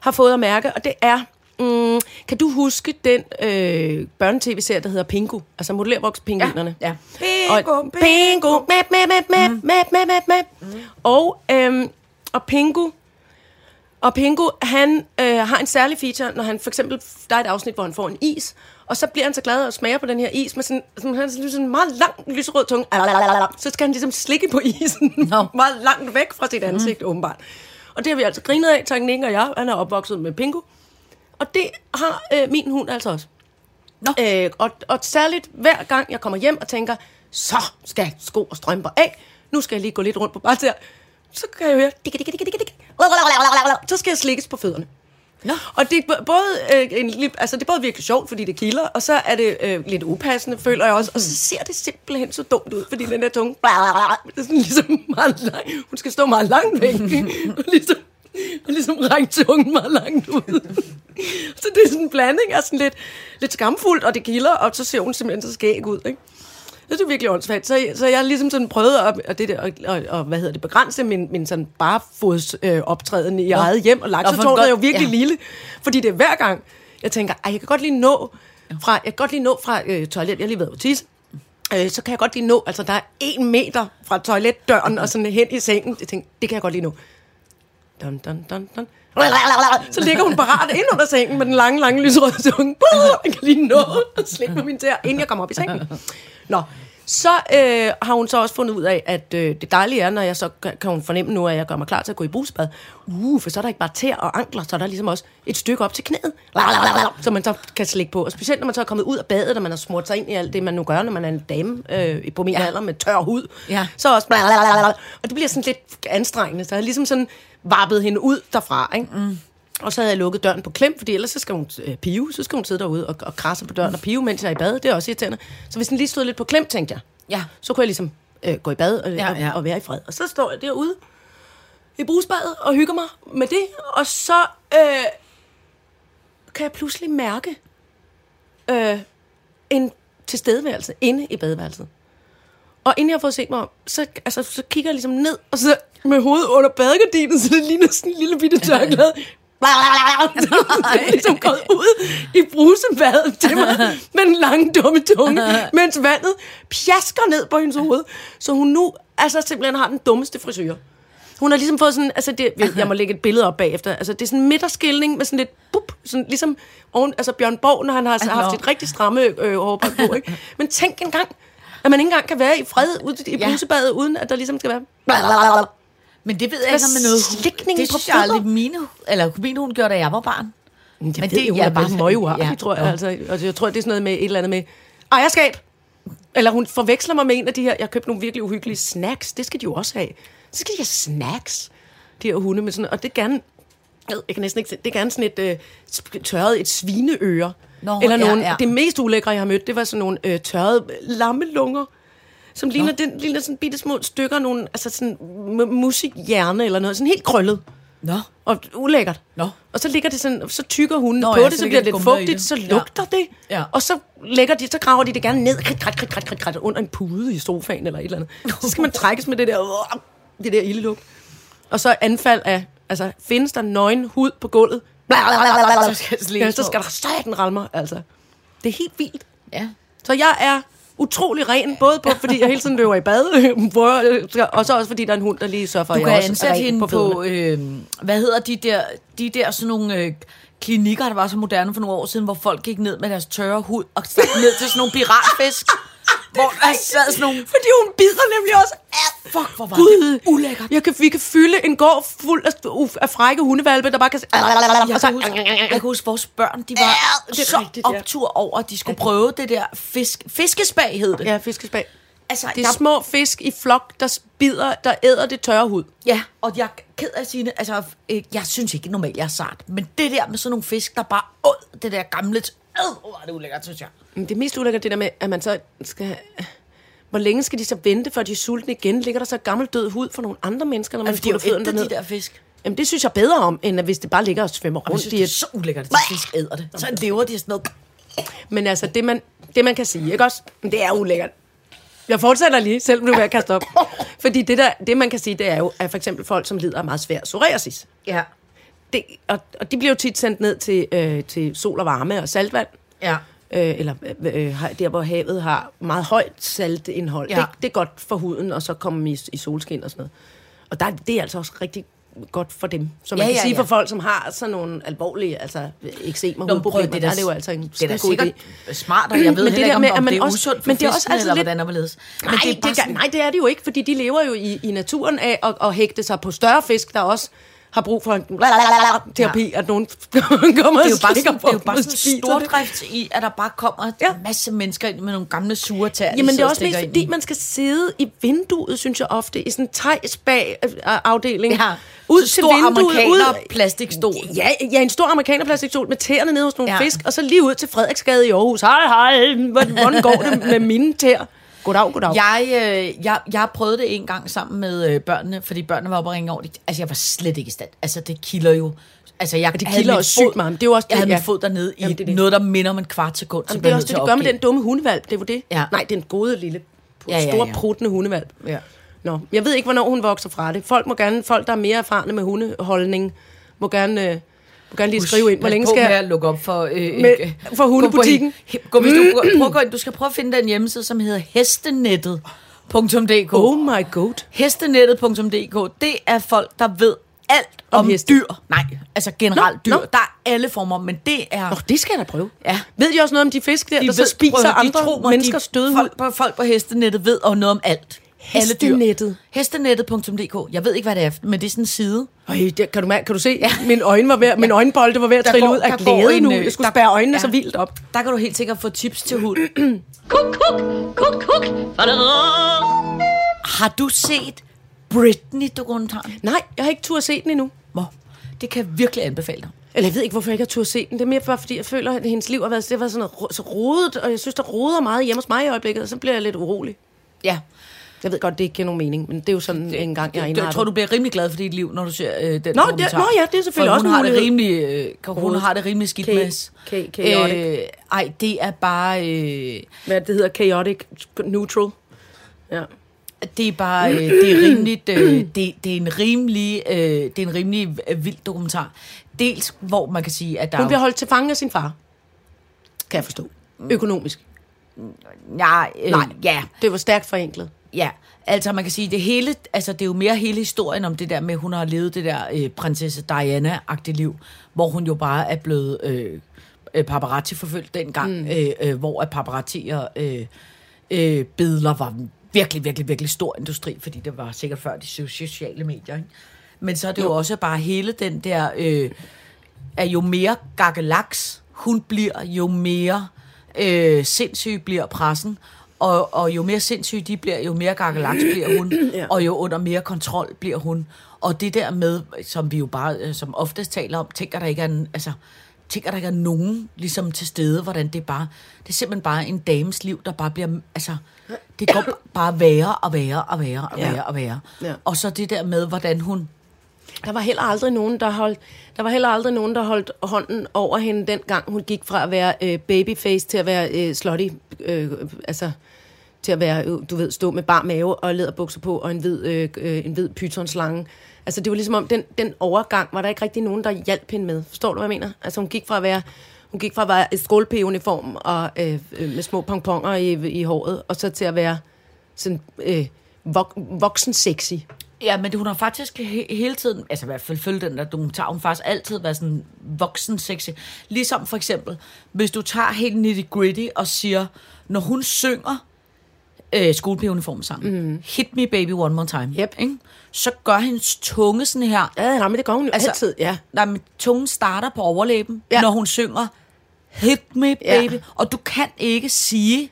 Speaker 3: har fået at mærke, og det er... Mm, kan du huske den øh, børnetv-serie, der hedder Pingu? Altså modellervoks-pinguinerne.
Speaker 4: Ja, ja.
Speaker 3: Pingo, og, Pingo, map, map, map, map, map, map, map, map. Og, øhm, og Pingu, og Pingu, han øh, har en særlig feature, når han for eksempel, der er et afsnit, hvor han får en is, og så bliver han så glad og smager på den her is, med sådan, sådan, han har sådan en meget lang lyserød tunge, så skal han ligesom slikke på isen,
Speaker 4: Nå.
Speaker 3: no. [laughs] meget langt væk fra sit ansigt, mm. åbenbart. Og det har vi altså grinet af, teknikken og jeg, han er opvokset med Pingu, og det har øh, min hund altså også.
Speaker 4: Nå.
Speaker 3: Øh, og, og særligt hver gang jeg kommer hjem og tænker, så skal sko og strømper af, nu skal jeg lige gå lidt rundt på bare her, så kan jeg høre, "Dikke, dikke, dikke, dikke, dikke." så skal jeg slikkes på fødderne.
Speaker 4: Nå.
Speaker 3: Og det er b- både, øh, en, lille- altså det er både virkelig sjovt, fordi det kilder, og så er det øh, lidt upassende, føler jeg også. Og så ser det simpelthen så dumt ud, fordi den der tunge, det er sådan ligesom meget lang. Hun skal stå meget langt væk, ikke? og ligesom, og ligesom række tungen meget langt ud. så det er sådan en blanding af sådan lidt, lidt skamfuldt, og det kilder, og så ser hun simpelthen så skæg ud, ikke? Det er virkelig åndssvagt. Så, så jeg har ligesom sådan prøvet at, at, det der, og, og, og, hvad hedder det, begrænse min, min sådan barefods øh, optræden i eget hjem. Og laksetårnet
Speaker 4: godt-
Speaker 3: er jo virkelig
Speaker 4: ja.
Speaker 3: ja. lille. Fordi det er hver gang, jeg tænker, ej, jeg kan godt lige nå fra, jeg kan godt lige nå fra øh, toilet, jeg har lige været på tisse. Øh, så kan jeg godt lige nå, altså der er en meter fra toiletdøren og sådan hen i sengen. Jeg tænker, det kan jeg godt lige nå. Dun, dun, dun, dun. Så ligger hun parat ind under sengen med den lange, lange lyserøde tunge. Jeg kan lige nå at slikke på min tæer, inden jeg kommer op i sengen. Nå, så øh, har hun så også fundet ud af, at øh, det dejlige er, når jeg så kan kan hun fornemme nu, at jeg gør mig klar til at gå i brusbad. Uh, for så er der ikke bare tæer og ankler, så er der ligesom også et stykke op til knæet, så man så kan slikke på. Og specielt når man så er kommet ud af badet, og man har smurt sig ind i alt det, man nu gør, når man er en dame øh, på min alder med tør hud.
Speaker 4: Ja.
Speaker 3: Så også blablabla. Og det bliver sådan lidt anstrengende, så jeg har ligesom sådan varpet hende ud derfra, ikke? Mm. Og så havde jeg lukket døren på klem, fordi ellers så skal hun øh, pive, så skal hun sidde derude og, og krasse på døren og pive, mens jeg er i bad. Det er også irriterende. Så hvis den lige stod lidt på klem, tænkte jeg,
Speaker 4: Ja.
Speaker 3: så kunne jeg ligesom øh, gå i bad og,
Speaker 4: Ja,
Speaker 3: ja,
Speaker 4: ja.
Speaker 3: ja. Og, og være i fred. Og så står jeg derude i brusbadet og hygger mig med det, og så øh, kan jeg pludselig mærke øh, en tilstedeværelse inde i badeværelset. Og inden jeg har fået set mig om, så, altså, så kigger jeg ligesom ned, og så med hovedet under badegardinen, så det ligner sådan en lille bitte tørklæde. Det er ligesom gået ud i brusebadet til mig med den lange dumme tunge, mens vandet pjasker ned på hendes hoved. Så hun nu altså simpelthen har den dummeste frisyr. Hun har ligesom fået sådan, altså det, jeg må lægge et billede op bagefter, altså det er sådan en midterskilning med sådan lidt, bup, sådan ligesom oven, altså Bjørn Borg, når han har
Speaker 4: Nå.
Speaker 3: haft et rigtig stramme øh, hårbånd på, ikke? Men tænk engang, at man ikke engang kan være i fred ude i
Speaker 4: Ja.
Speaker 3: brusebadet, uden at der ligesom skal være...
Speaker 4: Men det ved jeg ikke, om man noget...
Speaker 3: Slikning
Speaker 4: det
Speaker 3: på
Speaker 4: synes jeg
Speaker 3: fødder.
Speaker 4: aldrig, mine, eller min hun gjorde, da jeg var barn.
Speaker 3: Men jeg
Speaker 4: Men
Speaker 3: ved,
Speaker 4: det-
Speaker 3: det, hun
Speaker 4: ja,
Speaker 3: er bare
Speaker 4: vel-
Speaker 3: møguartig,
Speaker 4: ja,
Speaker 3: ja, tror jeg.
Speaker 4: jo.
Speaker 3: Altså, altså, jeg tror, det er sådan noget med et eller andet med ejerskab. Eller hun forveksler mig med en af de her, jeg købte nogle virkelig uhyggelige snacks. Det skal de jo også have. Så skal de have snacks, de her hunde. Med sådan, og det er gerne, jeg ved, jeg kan næsten ikke se, det er gerne sådan et øh, sp- tørret et svineøre.
Speaker 4: Nå,
Speaker 3: eller
Speaker 4: ja,
Speaker 3: nogen,
Speaker 4: ja.
Speaker 3: Det mest ulækre, jeg har mødt, det var sådan nogle øh, tørrede lammelunger, som ligner, den, ligner sådan bitte små stykker, af nogle, altså sådan mu- musikhjerne eller noget, sådan helt krøllet
Speaker 4: Nå.
Speaker 3: og ulækkert.
Speaker 4: Nå.
Speaker 3: Og så ligger det sådan, så tykker hun
Speaker 4: Nå
Speaker 3: på
Speaker 4: ja,
Speaker 3: det,
Speaker 4: så
Speaker 3: så,
Speaker 4: ligger
Speaker 3: bliver
Speaker 4: det
Speaker 3: det lidt
Speaker 4: gummi i
Speaker 3: fugtigt,
Speaker 4: det.
Speaker 3: så
Speaker 4: Ja.
Speaker 3: lugter det.
Speaker 4: Ja.
Speaker 3: Og så lægger de, så graver de det gerne ned, krat, krat, krat, krat, krat, krat, under en pude i sofaen eller et eller andet. Så skal man trækkes med det der, [laughs] øh, det der ildelugt. Og så anfald af, altså findes der nøgen hud på gulvet,
Speaker 4: [laughs] Så skal jeg slæbes
Speaker 3: ja, så skal
Speaker 4: på.
Speaker 3: der satan ramme mig, altså. Det er helt vildt.
Speaker 4: Ja.
Speaker 3: Så jeg er utrolig ren, både på, fordi jeg hele tiden løber i bad, [laughs] hvor- og så også fordi, der er en hund, der lige sørger for, at
Speaker 4: Du
Speaker 3: jeg
Speaker 4: kan
Speaker 3: også er
Speaker 4: ansætte
Speaker 3: ren
Speaker 4: hende på,
Speaker 3: fødderne.
Speaker 4: på øh, hvad hedder de der, de der sådan nogle øh, klinikker, der var så moderne for nogle år siden, hvor folk gik ned med deres tørre hud og stak den ned til sådan nogle
Speaker 3: [laughs]
Speaker 4: piratfisk. hvor der sad sådan nogle...
Speaker 3: Fordi hun bider nemlig også af.
Speaker 4: Fuck, hvor var
Speaker 3: Gud,
Speaker 4: det ulækkert.
Speaker 3: Jeg kan, vi kan fylde en gård fuld af, uf- af frække hundevalpe, der bare kan...
Speaker 4: Jeg
Speaker 3: Og
Speaker 4: kan,
Speaker 3: så,
Speaker 4: huske, jeg kan huske, vores børn, de var
Speaker 3: Ja, det er
Speaker 4: så
Speaker 3: rigtigt, ja.
Speaker 4: optur over, at de skulle prøve det der fisk, fiskespag, hed det.
Speaker 3: ja, fiskespag.
Speaker 4: Altså,
Speaker 3: Det er små fisk i flok, der bider, der æder det tørre hud.
Speaker 4: Ja, og jeg er ked af at sige det. Altså, øh, jeg synes ikke normalt, jeg er sart. Men det der med sådan nogle fisk, der bare åd det der gamle... t- Øh, hvor er det ulækkert, synes jeg.
Speaker 3: Men det mest ulækkert, det der med, at man så skal... Hvor længe skal de så vente, før de er sultne igen? Ligger der så gammel død hud for nogle andre mennesker, når man
Speaker 4: Men de
Speaker 3: putter
Speaker 4: har jo
Speaker 3: fødderne
Speaker 4: ædt
Speaker 3: derned?
Speaker 4: de der fisk.
Speaker 3: Jamen, det synes jeg bedre om, end at hvis det bare ligger og svømmer
Speaker 4: Jeg
Speaker 3: rundt.
Speaker 4: synes,
Speaker 3: i
Speaker 4: det er
Speaker 3: et-
Speaker 4: så ulækkert, at de fisk æder det. Så lever de sådan noget...
Speaker 3: Men altså, det man, det man kan sige, ikke også? Men Det er ulækkert. Jeg fortsætter lige, selvom du er ved at kaste
Speaker 4: [laughs]
Speaker 3: op. Fordi det, der, det man kan sige, det er jo, at for eksempel folk, som lider af meget svær psoriasis,
Speaker 4: Ja,
Speaker 3: det, og, og de bliver jo tit sendt ned til, øh, til sol og varme og saltvand,
Speaker 4: ja.
Speaker 3: øh, eller øh, øh, har- der, hvor havet har meget højt saltindhold.
Speaker 4: Ja.
Speaker 3: Ja. Det, det er godt for huden, og så komme i, i solskin og sådan noget. Og der, det er altså også rigtig godt for dem. Så man ja,
Speaker 4: Ja,
Speaker 3: kan
Speaker 4: ja,
Speaker 3: ja, sige
Speaker 4: ja.
Speaker 3: for folk, som har sådan nogle alvorlige altså, eksem og
Speaker 4: Nå, men prøv,
Speaker 3: hudproblemer,
Speaker 4: det er
Speaker 3: der
Speaker 4: da-
Speaker 3: er det jo altså en
Speaker 4: Det er da
Speaker 3: skide god
Speaker 4: sikkert
Speaker 3: idé.
Speaker 4: smart, og jeg ved
Speaker 3: Men det
Speaker 4: heller ikke,
Speaker 3: der
Speaker 4: om,
Speaker 3: med,
Speaker 4: om
Speaker 3: at
Speaker 4: det
Speaker 3: man
Speaker 4: er
Speaker 3: også-
Speaker 4: usundt for
Speaker 3: men det er også
Speaker 4: fiskene,
Speaker 3: altid
Speaker 4: eller
Speaker 3: lidt-
Speaker 4: hvordan der vil ledes. Men
Speaker 3: Nej,
Speaker 4: det er bare
Speaker 3: det, sådan...
Speaker 4: sådan,
Speaker 3: nej, det er det jo ikke, fordi de lever jo i, i naturen af at, at hægte sig på større fisk, der også har brug for en terapi, ja. at nogen [laughs] kommer
Speaker 4: det er jo bare
Speaker 3: og stikker
Speaker 4: sådan, det er jo
Speaker 3: på
Speaker 4: bare
Speaker 3: og
Speaker 4: sådan
Speaker 3: spiser
Speaker 4: en stordrift i, at der bare kommer en
Speaker 3: Ja.
Speaker 4: masse mennesker ind med nogle gamle sure tæer. de
Speaker 3: Jamen det
Speaker 4: sidder
Speaker 3: er
Speaker 4: og
Speaker 3: også mest,
Speaker 4: stikker ind
Speaker 3: fordi
Speaker 4: i.
Speaker 3: man skal sidde i vinduet, synes jeg ofte, i sådan en thai-afdeling.
Speaker 4: Ja.
Speaker 3: Ud
Speaker 4: Så
Speaker 3: til
Speaker 4: stor
Speaker 3: vinduet,
Speaker 4: amerikaner
Speaker 3: ud,
Speaker 4: plastikstol.
Speaker 3: Ja, ja, en stor amerikanerplastikstol med tæerne nede hos nogle
Speaker 4: Ja.
Speaker 3: ja. fisk, og så lige ud til Frederiksgade i Aarhus. Hej, hej, hvordan går det med mine tæer? Goddag, goddag.
Speaker 4: Jeg, øh, jeg, jeg prøvede det en gang sammen med øh, børnene, fordi børnene var oppe og ringe over. De- Altså, jeg var slet ikke i stand. Altså, det kilder jo. Altså, jeg
Speaker 3: det
Speaker 4: havde
Speaker 3: kilder
Speaker 4: min
Speaker 3: også sygt
Speaker 4: fod-
Speaker 3: meget, men det er jo også
Speaker 4: Jeg
Speaker 3: det,
Speaker 4: havde
Speaker 3: ja.
Speaker 4: min fod dernede i
Speaker 3: Jamen, det er det.
Speaker 4: noget, der minder om en kvart sekund. så
Speaker 3: Jamen,
Speaker 4: blev
Speaker 3: det er
Speaker 4: jeg
Speaker 3: også det,
Speaker 4: nødt
Speaker 3: de
Speaker 4: til
Speaker 3: gør
Speaker 4: at
Speaker 3: med den dumme hundevalp, det er jo det.
Speaker 4: Ja.
Speaker 3: Nej, den gode lille,
Speaker 4: Ja,
Speaker 3: ja,
Speaker 4: ja,
Speaker 3: ja, store,
Speaker 4: ja.
Speaker 3: pruttende hundevalp.
Speaker 4: Ja.
Speaker 3: Nå, jeg ved ikke, hvornår hun vokser fra det. Folk må gerne, folk der er mere erfarne med hundeholdning, må gerne, øh, må gerne lige
Speaker 4: Husk,
Speaker 3: skrive ind, hvor
Speaker 4: pas
Speaker 3: længe
Speaker 4: på
Speaker 3: skal
Speaker 4: med
Speaker 3: jeg...
Speaker 4: at lukke op for... Øh,
Speaker 3: Med-
Speaker 4: øh,
Speaker 3: for hundebutikken.
Speaker 4: Gå på, gå, hvis
Speaker 3: Mm.
Speaker 4: du, prøv, prøv at gå ind. Du skal prøve at finde den hjemmeside, som hedder hestenettet.dk.
Speaker 3: Oh my god.
Speaker 4: Hestenettet.dk, det er folk, der ved alt om,
Speaker 3: Om
Speaker 4: om
Speaker 3: heste.
Speaker 4: dyr. Nej, altså generelt
Speaker 3: Nå,
Speaker 4: dyr.
Speaker 3: nå.
Speaker 4: Der er alle former, men det er...
Speaker 3: Nå, det skal jeg da prøve.
Speaker 4: Ja.
Speaker 3: Ved de også noget om de fisk der, de der så spiser
Speaker 4: prøv at høre, de
Speaker 3: andre
Speaker 4: tror mig,
Speaker 3: menneskers
Speaker 4: de,
Speaker 3: døde hud?
Speaker 4: folk, på, folk på hestenettet ved og noget om alt. Alle dyr.
Speaker 3: Hestenettet.
Speaker 4: Hestenettet.dk. Jeg ved ikke, hvad det er, men det er sådan en side.
Speaker 3: Øj, der, kan, du mærke, kan du se? Ja. Min, øjne var ved, min øjenbolde var ved at
Speaker 4: Der
Speaker 3: trille
Speaker 4: går-
Speaker 3: ud af
Speaker 4: der går
Speaker 3: glæde
Speaker 4: en,
Speaker 3: nu.
Speaker 4: øh,
Speaker 3: Jeg skulle
Speaker 4: der-
Speaker 3: spære øjnene
Speaker 4: ja.
Speaker 3: ja. så vildt op.
Speaker 4: Der kan du helt sikkert få tips til hund. [clears throat]
Speaker 2: Kuk, kuk, kuk, kuk. Fadadadada.
Speaker 4: Har du set Britney-dokumentaren?
Speaker 3: Nej, jeg har ikke tur at se den endnu.
Speaker 4: Hvor? Det kan jeg virkelig anbefale dig.
Speaker 3: Eller jeg ved ikke, hvorfor jeg ikke har tur at se den. Det er mere bare, fordi jeg føler, at hendes liv har været, det har været sådan noget, ro- så rodet, og jeg synes, der roder meget hjemme hos mig i øjeblikket, og så bliver jeg lidt urolig.
Speaker 4: Ja.
Speaker 3: Jeg ved godt, det ikke giver nogen mening, men det er jo sådan det, en gang, jeg er
Speaker 4: Jeg tror,
Speaker 3: indrettet.
Speaker 4: du bliver rimelig glad for dit liv, når du ser øh, den
Speaker 3: Nå, det-
Speaker 4: dokumentar.
Speaker 3: nå ja, det er selvfølgelig
Speaker 4: For
Speaker 3: også
Speaker 4: hun
Speaker 3: en
Speaker 4: har det
Speaker 3: mulighed.
Speaker 4: rimelig, øh, hun
Speaker 3: Hovedet.
Speaker 4: har det rimelig skidt
Speaker 3: Ka-
Speaker 4: med.
Speaker 3: ka- chaotic.
Speaker 4: Øh, ej, det er bare... Øh,
Speaker 3: Hvad er det, det hedder? Chaotic neutral. Ja.
Speaker 4: Det er bare øh, det er rimeligt, øh, det, det er en rimelig øh, det er en rimelig øh, vild dokumentar. Dels hvor man kan sige at der
Speaker 3: Hun bliver
Speaker 4: er,
Speaker 3: holdt til fange af sin far. Kan jeg forstå. Økonomisk.
Speaker 4: nej, øh,
Speaker 3: Nej.
Speaker 4: ja,
Speaker 3: Det var stærkt forenklet.
Speaker 4: ja. Altså man kan sige det hele, altså det er jo mere hele historien om det der med hun har levet det der øh, prinsesse Diana agtige liv, hvor hun jo bare er blevet øh, paparazzi forfulgt dengang, mm. øh, øh, hvor at paparazzier øh, øh, billeder var en virkelig, virkelig, virkelig stor industri, fordi det var sikkert før de so- sociale medier, ikke? Men så er det jo, jo også bare hele den der, øh, at jo mere gakkelaks hun bliver, jo mere øh, sindssyg bliver pressen, og, og jo mere sindssyg de bliver, jo mere gakkelaks bliver
Speaker 3: [clears throat]
Speaker 4: hun, ja. og jo under mere kontrol bliver hun. Og det der med, som vi jo bare, øh, som oftest taler om, tænker der ikke er en, altså, tænker, der ikke er nogen ligesom til stede, hvordan det er bare, det er simpelthen bare en dames liv, der bare bliver, altså, det går bare værre og værre og værre og
Speaker 3: Ja.
Speaker 4: værre og værre.
Speaker 3: Ja.
Speaker 4: Og så det der med, hvordan hun,
Speaker 3: Der var heller aldrig nogen, der holdt, der var heller aldrig nogen, der holdt hånden over hende, dengang hun gik fra at være øh, babyface til at være øh, slutty, øh, altså til at være, øh, du ved, stå med bar mave og læderbukser på og en hvid, øh, øh, en hvid pythonslange. Altså det var ligesom om, den, den overgang var der ikke rigtig nogen, der hjalp hende med. Forstår du, hvad jeg mener? Altså hun gik fra at være, hun gik fra at være et skålp-uniform og øh, øh, med små pomponger i, i håret, og så til at være sådan øh, vok, voksen sexy.
Speaker 4: Ja, men det- hun har faktisk he- hele tiden, altså i hvert fald følge den der dokumentar, hun har faktisk altid været sådan voksen sexy. Ligesom for eksempel, hvis du tager helt nitty gritty og siger, når hun synger øh, skolepioniformsangen, mm. Hit Me Baby One More Time,
Speaker 3: Yep.
Speaker 4: ikke? så gør hendes tunge sådan her.
Speaker 3: Ja, nej, men det gør hun jo altså, altid, ja.
Speaker 4: Nej, men tungen starter på overlæben,
Speaker 3: Ja.
Speaker 4: ja. når hun synger Hit me,
Speaker 3: Ja.
Speaker 4: baby. Ja. Og du kan ikke sige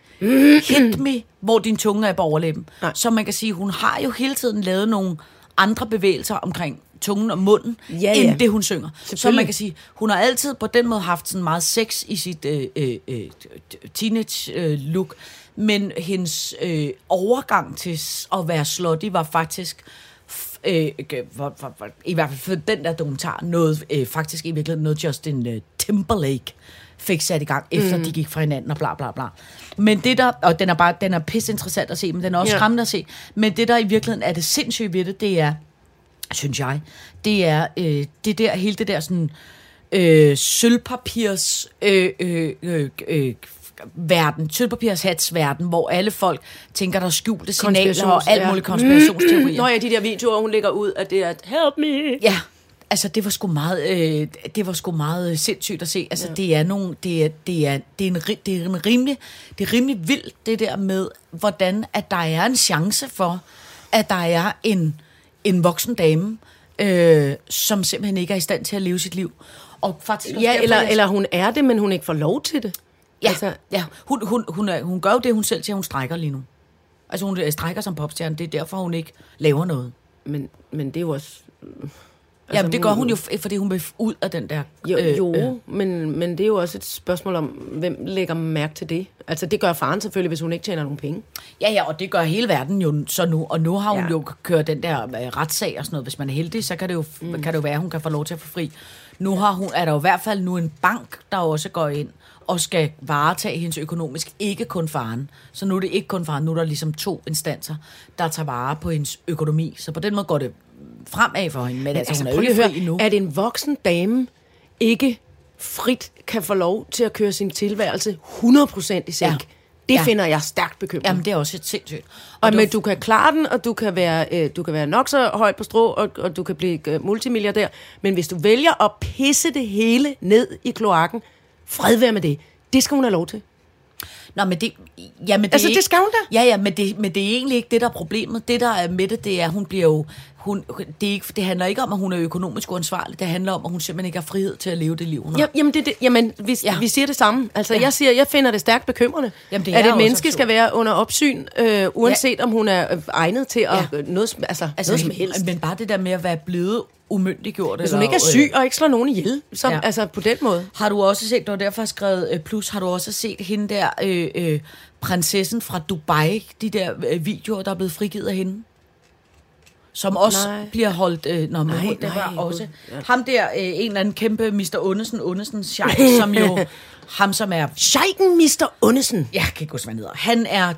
Speaker 4: hit me, hvor din tunge er på overlæben.
Speaker 3: Nej.
Speaker 4: Så man kan sige, hun har jo hele tiden lavet nogle andre bevægelser omkring tungen og munden,
Speaker 3: Ja, ja.
Speaker 4: end det hun synger. Så
Speaker 3: Selvfølgelig.
Speaker 4: man kan sige, hun har altid på den måde haft sådan meget sex i sit øh, øh, øh, teenage-look, øh, men hendes øh, overgang til s- at være slutty var faktisk f- øh, g- var, var, var, i hvert fald for den der dokumentar noget, øh, faktisk i virkeligheden noget Justin øh, Timberlake fik sat i gang, efter mm. de gik fra hinanden og bla bla bla. Men det der, og den er bare, den er pisse interessant at se, men den er også
Speaker 3: Ja.
Speaker 4: ja. skræmmende at se, men det der i virkeligheden er det sindssyge ved det, det er, synes jeg, det er øh, det der, hele det der sådan øh, sølvpapirs øh, øh, øh, øh, verden, sølvpapirshatsverden, hvor alle folk tænker, der er skjulte signaler
Speaker 3: Konspirations-
Speaker 4: og alt
Speaker 3: ja.
Speaker 4: muligt konspirationsteorier.
Speaker 3: Nå ja, de der videoer, hun lægger ud, at det er, at help me.
Speaker 4: Ja, altså det var sgu meget, øh, det var sgu meget øh, sindssygt at se. Altså ja. det er nogle, det er, det er, det er, en, ri- det er en rimelig, det er rimelig vildt det der med, hvordan at der er en chance for, at der er en, en voksen dame, øh, som simpelthen ikke er i stand til at leve sit liv. Og faktisk også
Speaker 3: Ja,
Speaker 4: derfor,
Speaker 3: eller,
Speaker 4: jeg-
Speaker 3: eller hun er det, men hun ikke får lov til det.
Speaker 4: Ja,
Speaker 3: Altså,
Speaker 4: altså, ja. Hun, hun, hun, er, hun gør jo det, hun selv siger, hun strækker lige nu. Altså hun øh, strækker som popstjerne, det er derfor, hun ikke laver noget.
Speaker 3: men, men det er jo også...
Speaker 4: Altså, Jamen det gør
Speaker 3: hun-
Speaker 4: hun jo, f- fordi hun vil f- ud af den der...
Speaker 3: Jo, øh,
Speaker 4: øh,
Speaker 3: jo øh. Men, men det er jo også et spørgsmål om, hvem lægger mærke til det? Altså, det gør faren selvfølgelig, hvis hun ikke tjener nogen penge.
Speaker 4: Ja, ja, og det gør hele verden jo så nu, og nu har hun
Speaker 3: Ja.
Speaker 4: ja. jo kørt den der øh, retssag og sådan noget. Hvis man er heldig, så kan det jo, mm. kan det jo være, at hun kan få lov til at få fri. Nu har hun, er der jo i hvert fald nu en bank, der også går ind og skal varetage hendes økonomisk, ikke kun faren. Så nu er det ikke kun faren, nu er der ligesom to instanser, der tager vare på hendes økonomi. Så på den måde går det fremad for hende, men, men altså, hun er jo
Speaker 3: prøv lige
Speaker 4: ikke
Speaker 3: at
Speaker 4: fri endnu.
Speaker 3: At en voksen dame ikke frit kan få lov til at køre sin tilværelse 100% i sænk, ja.
Speaker 4: Ja.
Speaker 3: det ja.
Speaker 4: Ja.
Speaker 3: finder jeg stærkt bekymrende.
Speaker 4: Jamen, det er også et sindssygt.
Speaker 3: Og,
Speaker 4: det
Speaker 3: men
Speaker 4: var-
Speaker 3: du kan klare den, og du kan være, øh, du kan være nok så højt på strå, og, og du kan blive øh, multimilliardær. Men hvis du vælger at pisse det hele ned i kloakken, fred være med det. Det skal hun have lov til.
Speaker 4: Nå, men det, ja, men det
Speaker 3: Altså, det
Speaker 4: er ikke-
Speaker 3: skal hun da.
Speaker 4: Ja, ja, men det, men det er egentlig ikke det, der er problemet. Det, der er med det, det er, at hun bliver jo... Hun, det, er ikke, det handler ikke om, at hun er økonomisk uansvarlig. Det handler om, at hun simpelthen ikke har frihed til at leve det liv, hun har.
Speaker 3: Ja, jamen, det, det, jamen vi, ja.
Speaker 4: Ja.
Speaker 3: vi siger det samme. Altså, ja.
Speaker 4: Ja.
Speaker 3: jeg siger, jeg finder det stærkt bekymrende,
Speaker 4: Jamen, det er
Speaker 3: at et
Speaker 4: også
Speaker 3: menneske
Speaker 4: absurd.
Speaker 3: skal være under opsyn, øh, uanset ja. om hun er øh, egnet til at
Speaker 4: Ja.
Speaker 3: ja. noget, som- altså, altså, noget som helst.
Speaker 4: Men bare det der med at være blevet umyndiggjort. øh,
Speaker 3: Hvis hun ikke er syg og ikke slår nogen ihjel, så ja.
Speaker 4: Ja.
Speaker 3: altså på den måde.
Speaker 4: Har du også set, det var derfor jeg skrevet øh, plus, har du også set hende der, øh, øh, prinsessen fra Dubai, de der øh, videoer, der er blevet frigivet af hende? Som også
Speaker 3: Nej.
Speaker 4: nej. bliver holdt... Øh, nå, men
Speaker 3: Nej,
Speaker 4: nej, det
Speaker 3: nej,
Speaker 4: var
Speaker 3: Gud.
Speaker 4: også...
Speaker 3: Ja.
Speaker 4: Ham der, øh, en eller anden kæmpe Mr. Undersen, Undersen Scheik,
Speaker 3: [laughs]
Speaker 4: som jo... Ham, som er...
Speaker 3: Scheiken, Mr. Undersen.
Speaker 4: Jeg kan ikke huske, hvad han hedder. Han er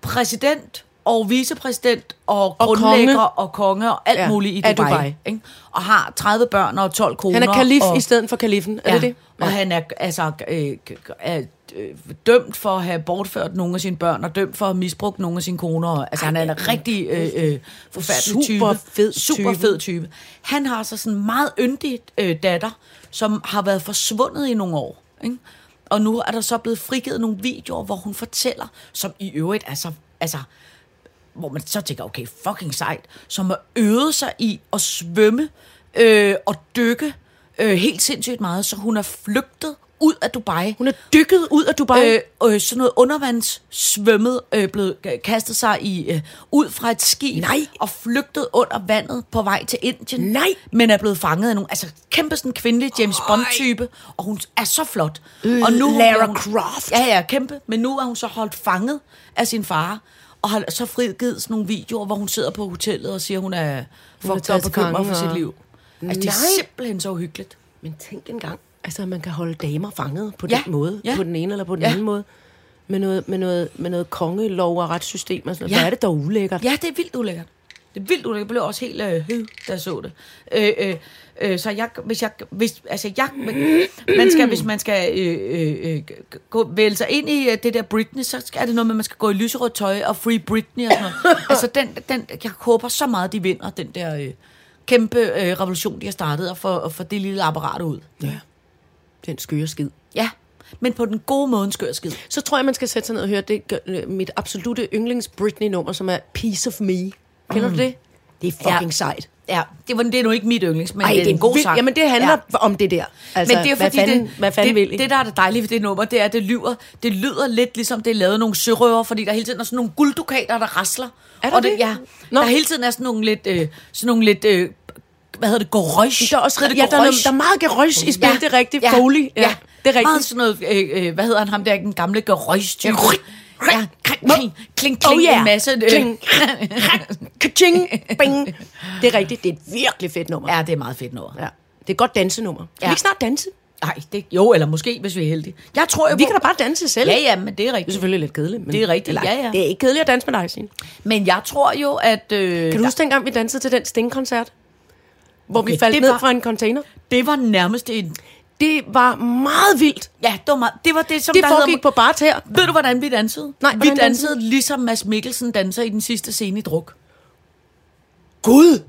Speaker 4: præsident og vicepræsident og,
Speaker 3: Og
Speaker 4: og
Speaker 3: konge.
Speaker 4: grundlægger konge. og konge og alt
Speaker 3: Ja,
Speaker 4: ja, muligt i
Speaker 3: af
Speaker 4: Dubai.
Speaker 3: Dubai.
Speaker 4: Dubai. Ikke? Og har 30 børn og 12 koner.
Speaker 3: Han er kalif
Speaker 4: og,
Speaker 3: i stedet for kalifen. Er
Speaker 4: ja.
Speaker 3: det det?
Speaker 4: Og han er altså øh, er, øh, dømt for at have bortført nogle af sine børn, og dømt for at have misbrugt nogle af sine koner. og- Altså, han er en rigtig øh, øh, forfærdelig type.
Speaker 3: Super fed
Speaker 4: Super
Speaker 3: type.
Speaker 4: fed type. Han har så sådan en meget yndig øh, datter, som har været forsvundet i nogle år. Ikke? Og nu er der så blevet frigivet nogle videoer, hvor hun fortæller, som i øvrigt er så... Altså, hvor man så tænker, okay, fucking sejt, som har øvet sig i at svømme øh, og dykke øh, helt sindssygt meget, så hun er flygtet ud af Dubai.
Speaker 3: Hun er dykket ud af Dubai. Øh,
Speaker 4: Øh, øh, sådan noget undervandssvømmet øh, blev øh, kastet sig i øh, ud fra et skib
Speaker 3: Nej.
Speaker 4: og flygtet under vandet på vej til Indien.
Speaker 3: Nej.
Speaker 4: Men er blevet fanget af nogle altså kæmpe sådan kvindelig James Bond type og hun er så flot.
Speaker 3: Øh,
Speaker 4: og
Speaker 3: Lara
Speaker 4: bliver hun,
Speaker 3: Croft.
Speaker 4: Ja ja, kæmpe, men nu er hun så holdt fanget af sin far og har så frigivet sådan nogle videoer hvor hun sidder på hotellet og siger hun er fucked
Speaker 3: taget
Speaker 4: up
Speaker 3: til
Speaker 4: og bekymret
Speaker 3: fange,
Speaker 4: for sit
Speaker 3: og-
Speaker 4: liv. Altså det
Speaker 3: Nej.
Speaker 4: er simpelthen så uhyggeligt.
Speaker 3: men tænk engang, altså man kan holde damer fanget på
Speaker 4: Ja,
Speaker 3: den måde.
Speaker 4: ja.
Speaker 3: På den ene eller på den
Speaker 4: Ja.
Speaker 3: anden måde. Med noget, med noget, med noget kongelov og retssystem og sådan noget.
Speaker 4: Ja.
Speaker 3: Hvor er det dog ulækkert.
Speaker 4: Ja, det er vildt ulækkert. Det er vildt ulækkert. Jeg blev også helt øh, høv, da jeg så det. Øh, øh, øh, så jeg, hvis jeg, hvis, altså jeg, men- man skal, hvis man skal øh, øh, øh, gå, vælge sig ind i øh, det der Britney, så skal- er det noget med, at man skal gå i lyserødt tøj og free Britney og sådan [laughs] noget. altså den, den, jeg håber så meget, de vinder den der øh, kæmpe øh, revolution, de har startet, og får, og får det lille apparat ud.
Speaker 3: ja. Den skøre skid.
Speaker 4: Ja, men på den gode måde, en skør skid.
Speaker 3: Så tror jeg, man skal sætte sig ned og høre det, gør- øh, mit absolute yndlings Britney-nummer, som er Piece of Me. Kender mm. du det? Det er fucking ja. sejt.
Speaker 4: Ja, det, var, det er nu ikke mit yndlings, men
Speaker 3: Ej,
Speaker 4: det er en god
Speaker 3: vildt.
Speaker 4: sang.
Speaker 3: Jamen, det handler ja. om det der. Altså,
Speaker 4: Altså, men det er
Speaker 3: hvad
Speaker 4: fordi,
Speaker 3: fanden,
Speaker 4: det,
Speaker 3: hvad fanden
Speaker 4: det,
Speaker 3: vil I?
Speaker 4: det, der er det dejlige ved det nummer, det er, at det lyder, det lyder lidt ligesom, det er lavet af nogle sørøver, fordi der hele tiden er sådan nogle gulddukater, der rasler.
Speaker 3: Er der
Speaker 4: og
Speaker 3: det?
Speaker 4: Ja,
Speaker 3: Nå.
Speaker 4: der hele tiden er sådan nogle lidt, øh, sådan nogle lidt øh, hvad hedder det, gorøsj.
Speaker 3: der er også
Speaker 4: Hedder
Speaker 3: ja,
Speaker 4: det
Speaker 3: der er, noget,
Speaker 4: goroche?
Speaker 3: der er meget gerøs i spil, ja. det er rigtigt.
Speaker 4: Ja.
Speaker 3: Foley.
Speaker 4: Ja. ja.
Speaker 3: det er
Speaker 4: Meget
Speaker 3: rigtigt.
Speaker 4: sådan noget, øh, øh, hvad hedder han ham der, den gamle gorøsj-type.
Speaker 3: Ja.
Speaker 4: Ja, kling, kling, kling, kling
Speaker 3: Oh yeah.
Speaker 4: en masse. Øh,
Speaker 3: [laughs] Kling. Kaching, bing. Det er rigtigt, det er et virkelig fedt nummer.
Speaker 4: Ja, det er meget fedt noget.
Speaker 3: ja. Det er et godt dansenummer. Kan
Speaker 4: Ja.
Speaker 3: vi ikke snart danse?
Speaker 4: Nej, det, jo, eller måske, hvis vi er heldige. Jeg tror jo
Speaker 3: Vi
Speaker 4: på-
Speaker 3: kan da bare danse selv.
Speaker 4: Ja, ja, men det er
Speaker 3: Det er
Speaker 4: rigtigt.
Speaker 3: selvfølgelig lidt kedeligt. Men
Speaker 4: Det er rigtigt, ja, ja.
Speaker 3: Det er ikke kedeligt at danse med dig, Signe.
Speaker 4: Men jeg tror jo, at... Øh,
Speaker 3: Kan du huske dengang, vi dansede til den stingkoncert? Hvor okay, vi
Speaker 4: Okay,
Speaker 3: faldt
Speaker 4: det
Speaker 3: ned
Speaker 4: var-
Speaker 3: fra en container.
Speaker 4: Det var nærmest en...
Speaker 3: Det var meget vildt.
Speaker 4: Ja, det var, meget- det, var det, som
Speaker 3: Det
Speaker 4: der
Speaker 3: foregik
Speaker 4: hedder,
Speaker 3: på bart her.
Speaker 4: Ved du, hvordan vi dansede?
Speaker 3: Nej,
Speaker 4: vi
Speaker 3: hvordan
Speaker 4: dansede,
Speaker 3: dansede
Speaker 4: dansede ligesom Mads Mikkelsen danser i den sidste scene i druk.
Speaker 3: Gud!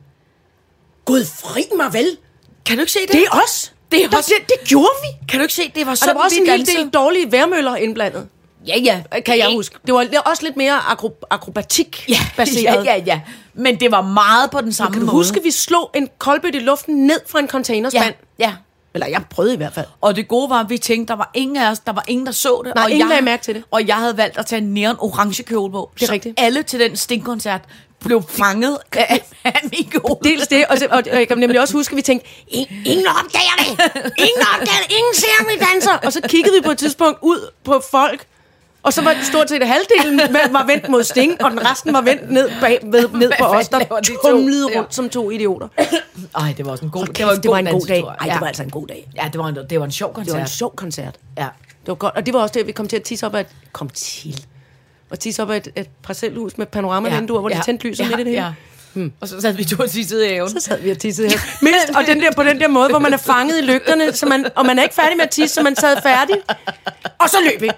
Speaker 3: Gud, fri mig vel!
Speaker 4: Kan du ikke se det?
Speaker 3: Det er os!
Speaker 4: Det er
Speaker 3: Der-
Speaker 4: os.
Speaker 3: Det, det gjorde vi!
Speaker 4: Kan du ikke se, det
Speaker 3: Og
Speaker 4: var
Speaker 3: der
Speaker 4: sådan,
Speaker 3: var også
Speaker 4: vi
Speaker 3: en hel
Speaker 4: dansede?
Speaker 3: del dårlige værmøller indblandet,
Speaker 4: Ja, ja.
Speaker 3: kan jeg huske. Det var, det var også lidt mere akro, akrobatik
Speaker 4: Ja, [laughs]
Speaker 3: baseret.
Speaker 4: ja, ja, ja. Men det var meget på den samme
Speaker 3: Kan du
Speaker 4: måde.
Speaker 3: huske, at vi slog en koldbøtte i luften ned fra en containerspand?
Speaker 4: Ja, ja.
Speaker 3: Eller jeg prøvede i hvert fald.
Speaker 4: Og det gode var, at vi tænkte, der var ingen af os, der var ingen, der så det.
Speaker 3: Nej,
Speaker 4: og
Speaker 3: ingen lagde mærke til det.
Speaker 4: Og jeg havde valgt at tage en neon orange kjole på.
Speaker 3: Det er
Speaker 4: så
Speaker 3: rigtigt.
Speaker 4: alle til den stingkoncert blev fanget af, af min kjole.
Speaker 3: Dels det, og, så, og jeg kan nemlig også huske, at vi tænkte, "In- ingen opdager det! Ingen opdager det! Ingen ser, om vi danser! Og så kiggede vi på et tidspunkt ud på folk, og så var det stort set halvdelen var- var vendt mod Sting, og den resten var vendt ned, bag, ved, ned på
Speaker 4: Hvad
Speaker 3: os, der
Speaker 4: fanden laver de to?
Speaker 3: tumlede
Speaker 4: Ja.
Speaker 3: rundt som to idioter.
Speaker 4: Ej, det var også en god,
Speaker 3: Det var en, det var en god dag.
Speaker 4: dansetur.
Speaker 3: Ej, det var altså en god dag.
Speaker 4: Ja, det var en, det var en sjov koncert.
Speaker 3: Det var en sjov koncert.
Speaker 4: Ja.
Speaker 3: Det var godt, og det var også det, vi kom til at tisse op af et... Kom til. Og tisse op af et, et parcelhus med panoramavinduer, ja, hvor ja, de tændte lys ja, midt i det hele. Ja.
Speaker 4: Hmm. Og så sad vi to og tissede i haven.
Speaker 3: Så sad vi og tissede her. Mindst, og den der, på den der måde, hvor man er fanget i lygterne, så man, og man er ikke færdig med at tisse, så man sad færdig. Og så løb vi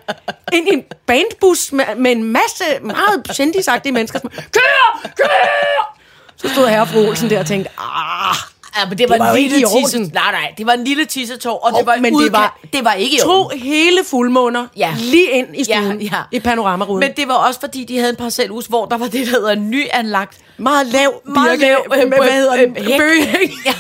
Speaker 3: ind i en bandbus med, med en masse meget kendisagtige mennesker, som kør, kør! Så stod herre og fru Olsen der og tænkte, ah,
Speaker 4: Ja, men det var,
Speaker 3: Det var jo
Speaker 4: en
Speaker 3: ikke
Speaker 4: lille
Speaker 3: i orden.
Speaker 4: tisse. Nej, nej, det var en lille tissetår, og det
Speaker 3: Hov,
Speaker 4: var
Speaker 3: men det
Speaker 4: udka-
Speaker 3: var-
Speaker 4: det var ikke i
Speaker 3: to
Speaker 4: orden.
Speaker 3: hele fuldmåner ja.
Speaker 4: Ja.
Speaker 3: lige ind i
Speaker 4: Ja,
Speaker 3: stuen, ja,
Speaker 4: ja.
Speaker 3: ja. i panoramaruden.
Speaker 4: Men det var også fordi, de havde en parcelhus, hvor der var det, der hedder en nyanlagt.
Speaker 3: meget lav,
Speaker 4: Meget
Speaker 3: birke-
Speaker 4: lav, øh,
Speaker 3: hvad hedder den?
Speaker 4: øh, hæk.
Speaker 3: Bøgehæk.
Speaker 4: Ja.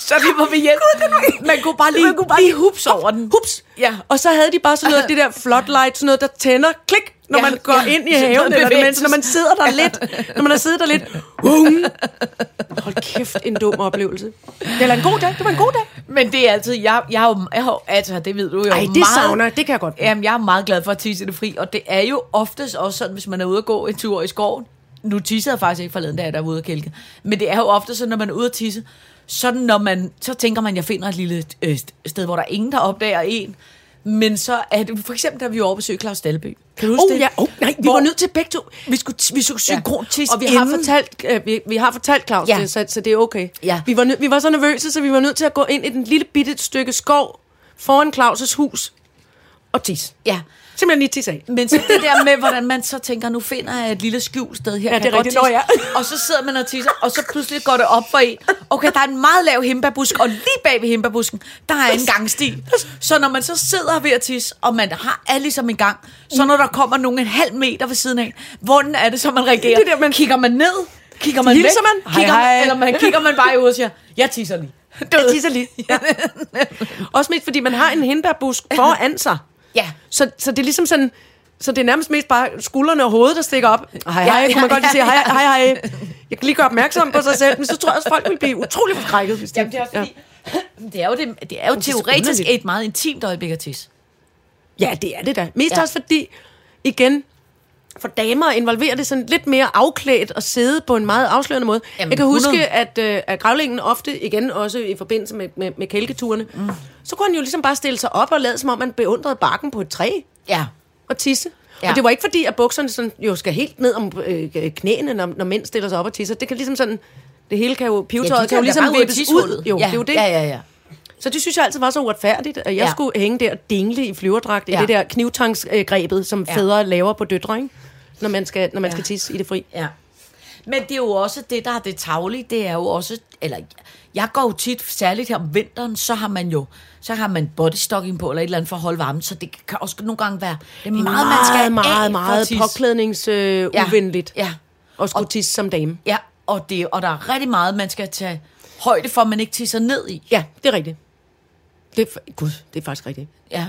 Speaker 4: Så det var ved hjælp. Man kunne bare lige,
Speaker 3: Man kunne bare
Speaker 4: lige hups over den.
Speaker 3: Hups.
Speaker 4: Ja.
Speaker 3: Og så havde de bare sådan noget, det der floodlight, sådan noget, der tænder, klik, når
Speaker 4: Altså, Ja,
Speaker 3: man går
Speaker 4: ja.
Speaker 3: ind i
Speaker 4: Sådan
Speaker 3: haven,
Speaker 4: noget
Speaker 3: eller
Speaker 4: bevægelse.
Speaker 3: mens, når man sidder der lidt, når man har siddet der lidt. Hum. Hold kæft, en dum oplevelse. Det var en god dag, det var en god dag.
Speaker 4: Men det er altid, jeg, jeg, har jo- jeg, har jo- altså, det ved du jo
Speaker 3: Ej, det
Speaker 4: meget-
Speaker 3: savner jeg. Det kan jeg godt.
Speaker 4: Jamen, jeg er meget glad for at tisse i det fri, og det er jo oftest også sådan, hvis man er ude at gå en tur i skoven. Nu tissede jeg faktisk ikke forleden, da jeg der var ude at kælke. Men det er jo ofte sådan, når man er ude at tisse, sådan når man, så tænker man, jeg finder et lille øh, sted, hvor der er ingen, der opdager en. Men så er det, for eksempel, da vi var over besøg Claus Dalby.
Speaker 3: Kan du huske
Speaker 4: Oh,
Speaker 3: det?
Speaker 4: ja.
Speaker 3: oh, nej, vi
Speaker 4: Hvor-
Speaker 3: var nødt til begge to.
Speaker 4: Vi skulle, vi skulle synkron tisse
Speaker 3: Og vi har
Speaker 4: inden.
Speaker 3: fortalt, øh, vi, vi har fortalt Claus ja.
Speaker 4: Ja.
Speaker 3: det, så, så det er okay.
Speaker 4: Ja.
Speaker 3: Vi, var nød, vi var så nervøse, så vi var nødt til at gå ind i den lille bitte stykke skov foran Claus' hus og tisse.
Speaker 4: Ja.
Speaker 3: Simpelthen lige tisse af.
Speaker 4: Men så det der med, hvordan man så tænker, nu finder jeg et lille skjulsted her.
Speaker 3: Ja, [laughs]
Speaker 4: kan
Speaker 3: det er
Speaker 4: jeg godt
Speaker 3: rigtigt. Nå,
Speaker 4: tisse? Og så sidder man og tisser, og så pludselig går det op for en. Okay, der er en meget lav himbabusk, og lige bag ved himbabusken, der er en gangsti. Så når man så sidder ved at tisse, og man har alle ligesom en gang, så når der kommer nogen en halv meter ved siden af, hvordan er det så, man reagerer?
Speaker 3: Det der, man-
Speaker 4: Kigger man ned? Kigger man
Speaker 3: Hilser
Speaker 4: væk?
Speaker 3: man?
Speaker 4: Hej,
Speaker 3: Kigger
Speaker 4: kigger
Speaker 3: man-
Speaker 4: hej. Man, eller man kigger man bare ud og siger, jeg tisser lige.
Speaker 3: Jeg tisser [laughs] lige. Ja. Også mest fordi man har en hindbærbusk foran sig.
Speaker 4: Ja.
Speaker 3: Så, så det er ligesom sådan... Så det er nærmest mest bare skuldrene og hovedet, der stikker op. Hej,
Speaker 4: Ja,
Speaker 3: hej,
Speaker 4: ja,
Speaker 3: kunne man godt lige
Speaker 4: ja,
Speaker 3: sige, hej, hej, hej. Jeg kan lige gøre opmærksom på sig selv, men så tror jeg også, folk vil blive utrolig forskrækket. Hvis de,
Speaker 4: Jamen, det er også fordi, [laughs] det er jo, det, det er jo
Speaker 3: det er så
Speaker 4: teoretisk
Speaker 3: underligt.
Speaker 4: et meget intimt øjeblik at tisse.
Speaker 3: ja. ja, det er det da. Mest
Speaker 4: Ja.
Speaker 3: ja. også fordi, igen, for damer involverer det sådan lidt mere afklædt og sidde på en meget afslørende måde.
Speaker 4: Jamen,
Speaker 3: Jamen, jeg kan
Speaker 4: 100.
Speaker 3: huske, at, øh, at gravlingen ofte, igen også i forbindelse med, med, med kælketurene, mm. så kunne han jo ligesom bare stille sig op og lade, som om man beundrede bakken på et træ.
Speaker 4: Ja.
Speaker 3: og tisse.
Speaker 4: Ja.
Speaker 3: Ja. Og det var ikke fordi, at bukserne sådan, jo skal helt ned om øh, knæene, når, når mænd stiller sig op og tisser. Det kan ligesom sådan, det hele kan jo, pivetøjet ja, kan jo ligesom vippes ud. Jo,
Speaker 4: ja.
Speaker 3: ja. det er jo det.
Speaker 4: Ja, ja, ja.
Speaker 3: Så det synes jeg altid var så uretfærdigt, at jeg
Speaker 4: Ja.
Speaker 3: ja. skulle hænge der og dingle i flyverdragt ja.
Speaker 4: Ja.
Speaker 3: i det der knivtangsgrebet, som
Speaker 4: Ja.
Speaker 3: ja. fædre laver på døtre, ikke? Når man skal, når man
Speaker 4: Ja.
Speaker 3: ja. skal tisse i det fri.
Speaker 4: Ja. Men det er jo også det, der er det tavlige, det er jo også, eller jeg går jo tit, særligt her om vinteren, så har man jo, så har man bodystocking på, eller et eller andet for at holde varmen, så det kan også nogle gange være, det er meget, man skal af for at
Speaker 3: meget, meget
Speaker 4: tisse.
Speaker 3: påklædningsuvenligt øh,
Speaker 4: Ja.
Speaker 3: uvenligt
Speaker 4: Ja,
Speaker 3: at skulle tisse som dame.
Speaker 4: ja, og, det, og der er rigtig meget, man skal tage højde for, man ikke tisser ned i.
Speaker 3: Ja, det er rigtigt. Det er, fa- Gud, det er faktisk rigtigt.
Speaker 4: Ja,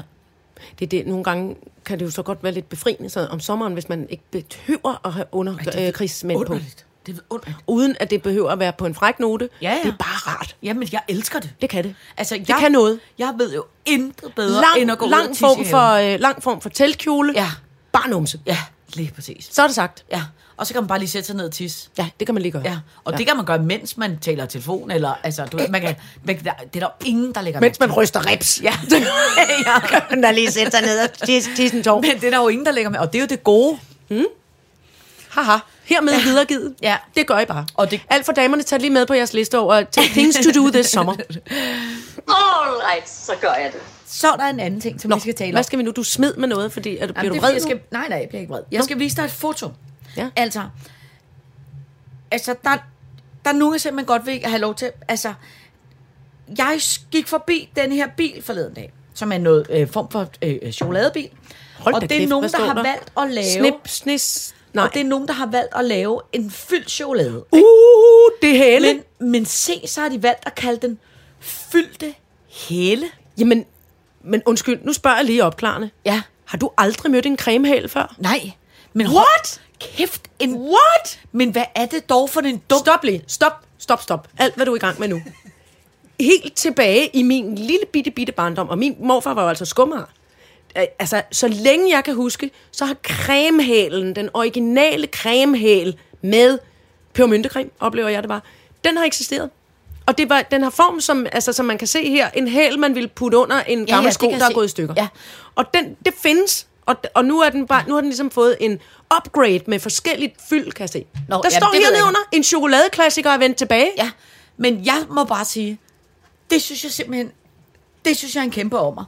Speaker 3: det, er det, nogle gange kan det jo så godt være lidt befriende så om sommeren, hvis man ikke behøver at have underkrigsmænd øh, på.
Speaker 4: underligt. Det er underligt.
Speaker 3: Uden at det behøver at være på en fræk note.
Speaker 4: Ja, ja.
Speaker 3: Det er bare rart.
Speaker 4: Jamen, jeg elsker det.
Speaker 3: Det kan det.
Speaker 4: Altså, jeg,
Speaker 3: det kan noget.
Speaker 4: Jeg ved jo intet bedre,
Speaker 3: Lang,
Speaker 4: end at gå ud og
Speaker 3: lang,
Speaker 4: tisse i
Speaker 3: form
Speaker 4: haven.
Speaker 3: for, øh, lang form for teltkjole.
Speaker 4: Ja.
Speaker 3: Bare numse.
Speaker 4: Ja, lige præcis.
Speaker 3: Så er det sagt.
Speaker 4: Ja, og så kan man bare lige sætte sig ned og tisse.
Speaker 3: Ja, det kan man lige gøre.
Speaker 4: Ja, og ja. det kan man gøre, mens man taler i telefon, eller altså, du, ved, man kan, man, kan- der, det er der ingen, der lægger
Speaker 3: Mens
Speaker 4: mærke
Speaker 3: man ryster rips. [laughs]
Speaker 4: Ja.
Speaker 3: ja. kan man da lige sætte sig ned og tisse tisse en tår.
Speaker 4: til. Men det er der jo ingen, der lægger med, og det er jo det gode.
Speaker 3: Haha. Hermed ja. videregivet.
Speaker 4: Ja.
Speaker 3: Det gør I bare.
Speaker 4: Og det-
Speaker 3: Alt for damerne, tag lige med på jeres liste over øh, things to do this
Speaker 4: [laughs]
Speaker 3: summer.
Speaker 2: Alright, så gør jeg det.
Speaker 4: Så er der en anden ting, som Nå, vi skal tale om.
Speaker 3: Hvad skal vi nu? Du smed med noget, fordi er du, bliver
Speaker 4: Jamen,
Speaker 3: du
Speaker 4: det er fordi,
Speaker 3: vred
Speaker 4: jeg
Speaker 3: nu?
Speaker 4: skal, Nej, nej, jeg bliver ikke vred. Jeg
Speaker 3: Nå.
Speaker 4: skal vise dig et foto.
Speaker 3: Ja.
Speaker 4: Altså, altså der, der er nogen, jeg simpelthen godt vil have lov til. Altså, jeg gik forbi den her bil forleden dag, som er noget øh, form for øh, øh, chokoladebil.
Speaker 3: Hold
Speaker 4: og
Speaker 3: da
Speaker 4: det er
Speaker 3: kæft,
Speaker 4: nogen,
Speaker 3: hvad
Speaker 4: der
Speaker 3: står
Speaker 4: har
Speaker 3: der?
Speaker 4: valgt at lave...
Speaker 3: Snip, snis. Nej.
Speaker 4: Og det er nogen, der har valgt at lave en fyldt chokolade.
Speaker 3: uh, det er hæle. Men,
Speaker 4: Men, men se, så har de valgt at kalde den fyldte hæle.
Speaker 3: Jamen, men undskyld, nu spørger jeg lige opklarende.
Speaker 4: Ja.
Speaker 3: Har du aldrig mødt en cremehæl før?
Speaker 4: Nej. Men
Speaker 3: What?
Speaker 4: hold Kæft en... What? Men hvad er det dog for en dum...
Speaker 3: Stop lige. Stop, stop, stop. Alt, hvad du er i gang med nu. Helt tilbage i min lille bitte, bitte barndom, og min morfar var jo altså skummer. Altså, så længe jeg kan huske, så har cremehælen, den originale cremehæl med pebermyntecreme, oplever jeg det var, den har eksisteret. Og det var, den har form, som, altså, som man kan se her, en hæl, man ville putte under en
Speaker 4: ja,
Speaker 3: gammel
Speaker 4: det
Speaker 3: sko,
Speaker 4: kan jeg
Speaker 3: der er
Speaker 4: se.
Speaker 3: gået i stykker.
Speaker 4: Ja.
Speaker 3: Og den, det findes, og, og nu, er den bare, nu har den ligesom fået en upgrade med forskelligt fyld, kan jeg se.
Speaker 4: Nå,
Speaker 3: Nå, der
Speaker 4: jamen, det
Speaker 3: står
Speaker 4: ved jeg
Speaker 3: her
Speaker 4: ikke.
Speaker 3: nedenunder, en chokoladeklassiker er vendt tilbage.
Speaker 4: Ja. Men jeg må bare sige, det synes jeg simpelthen... Det synes jeg er en kæmpe ommer.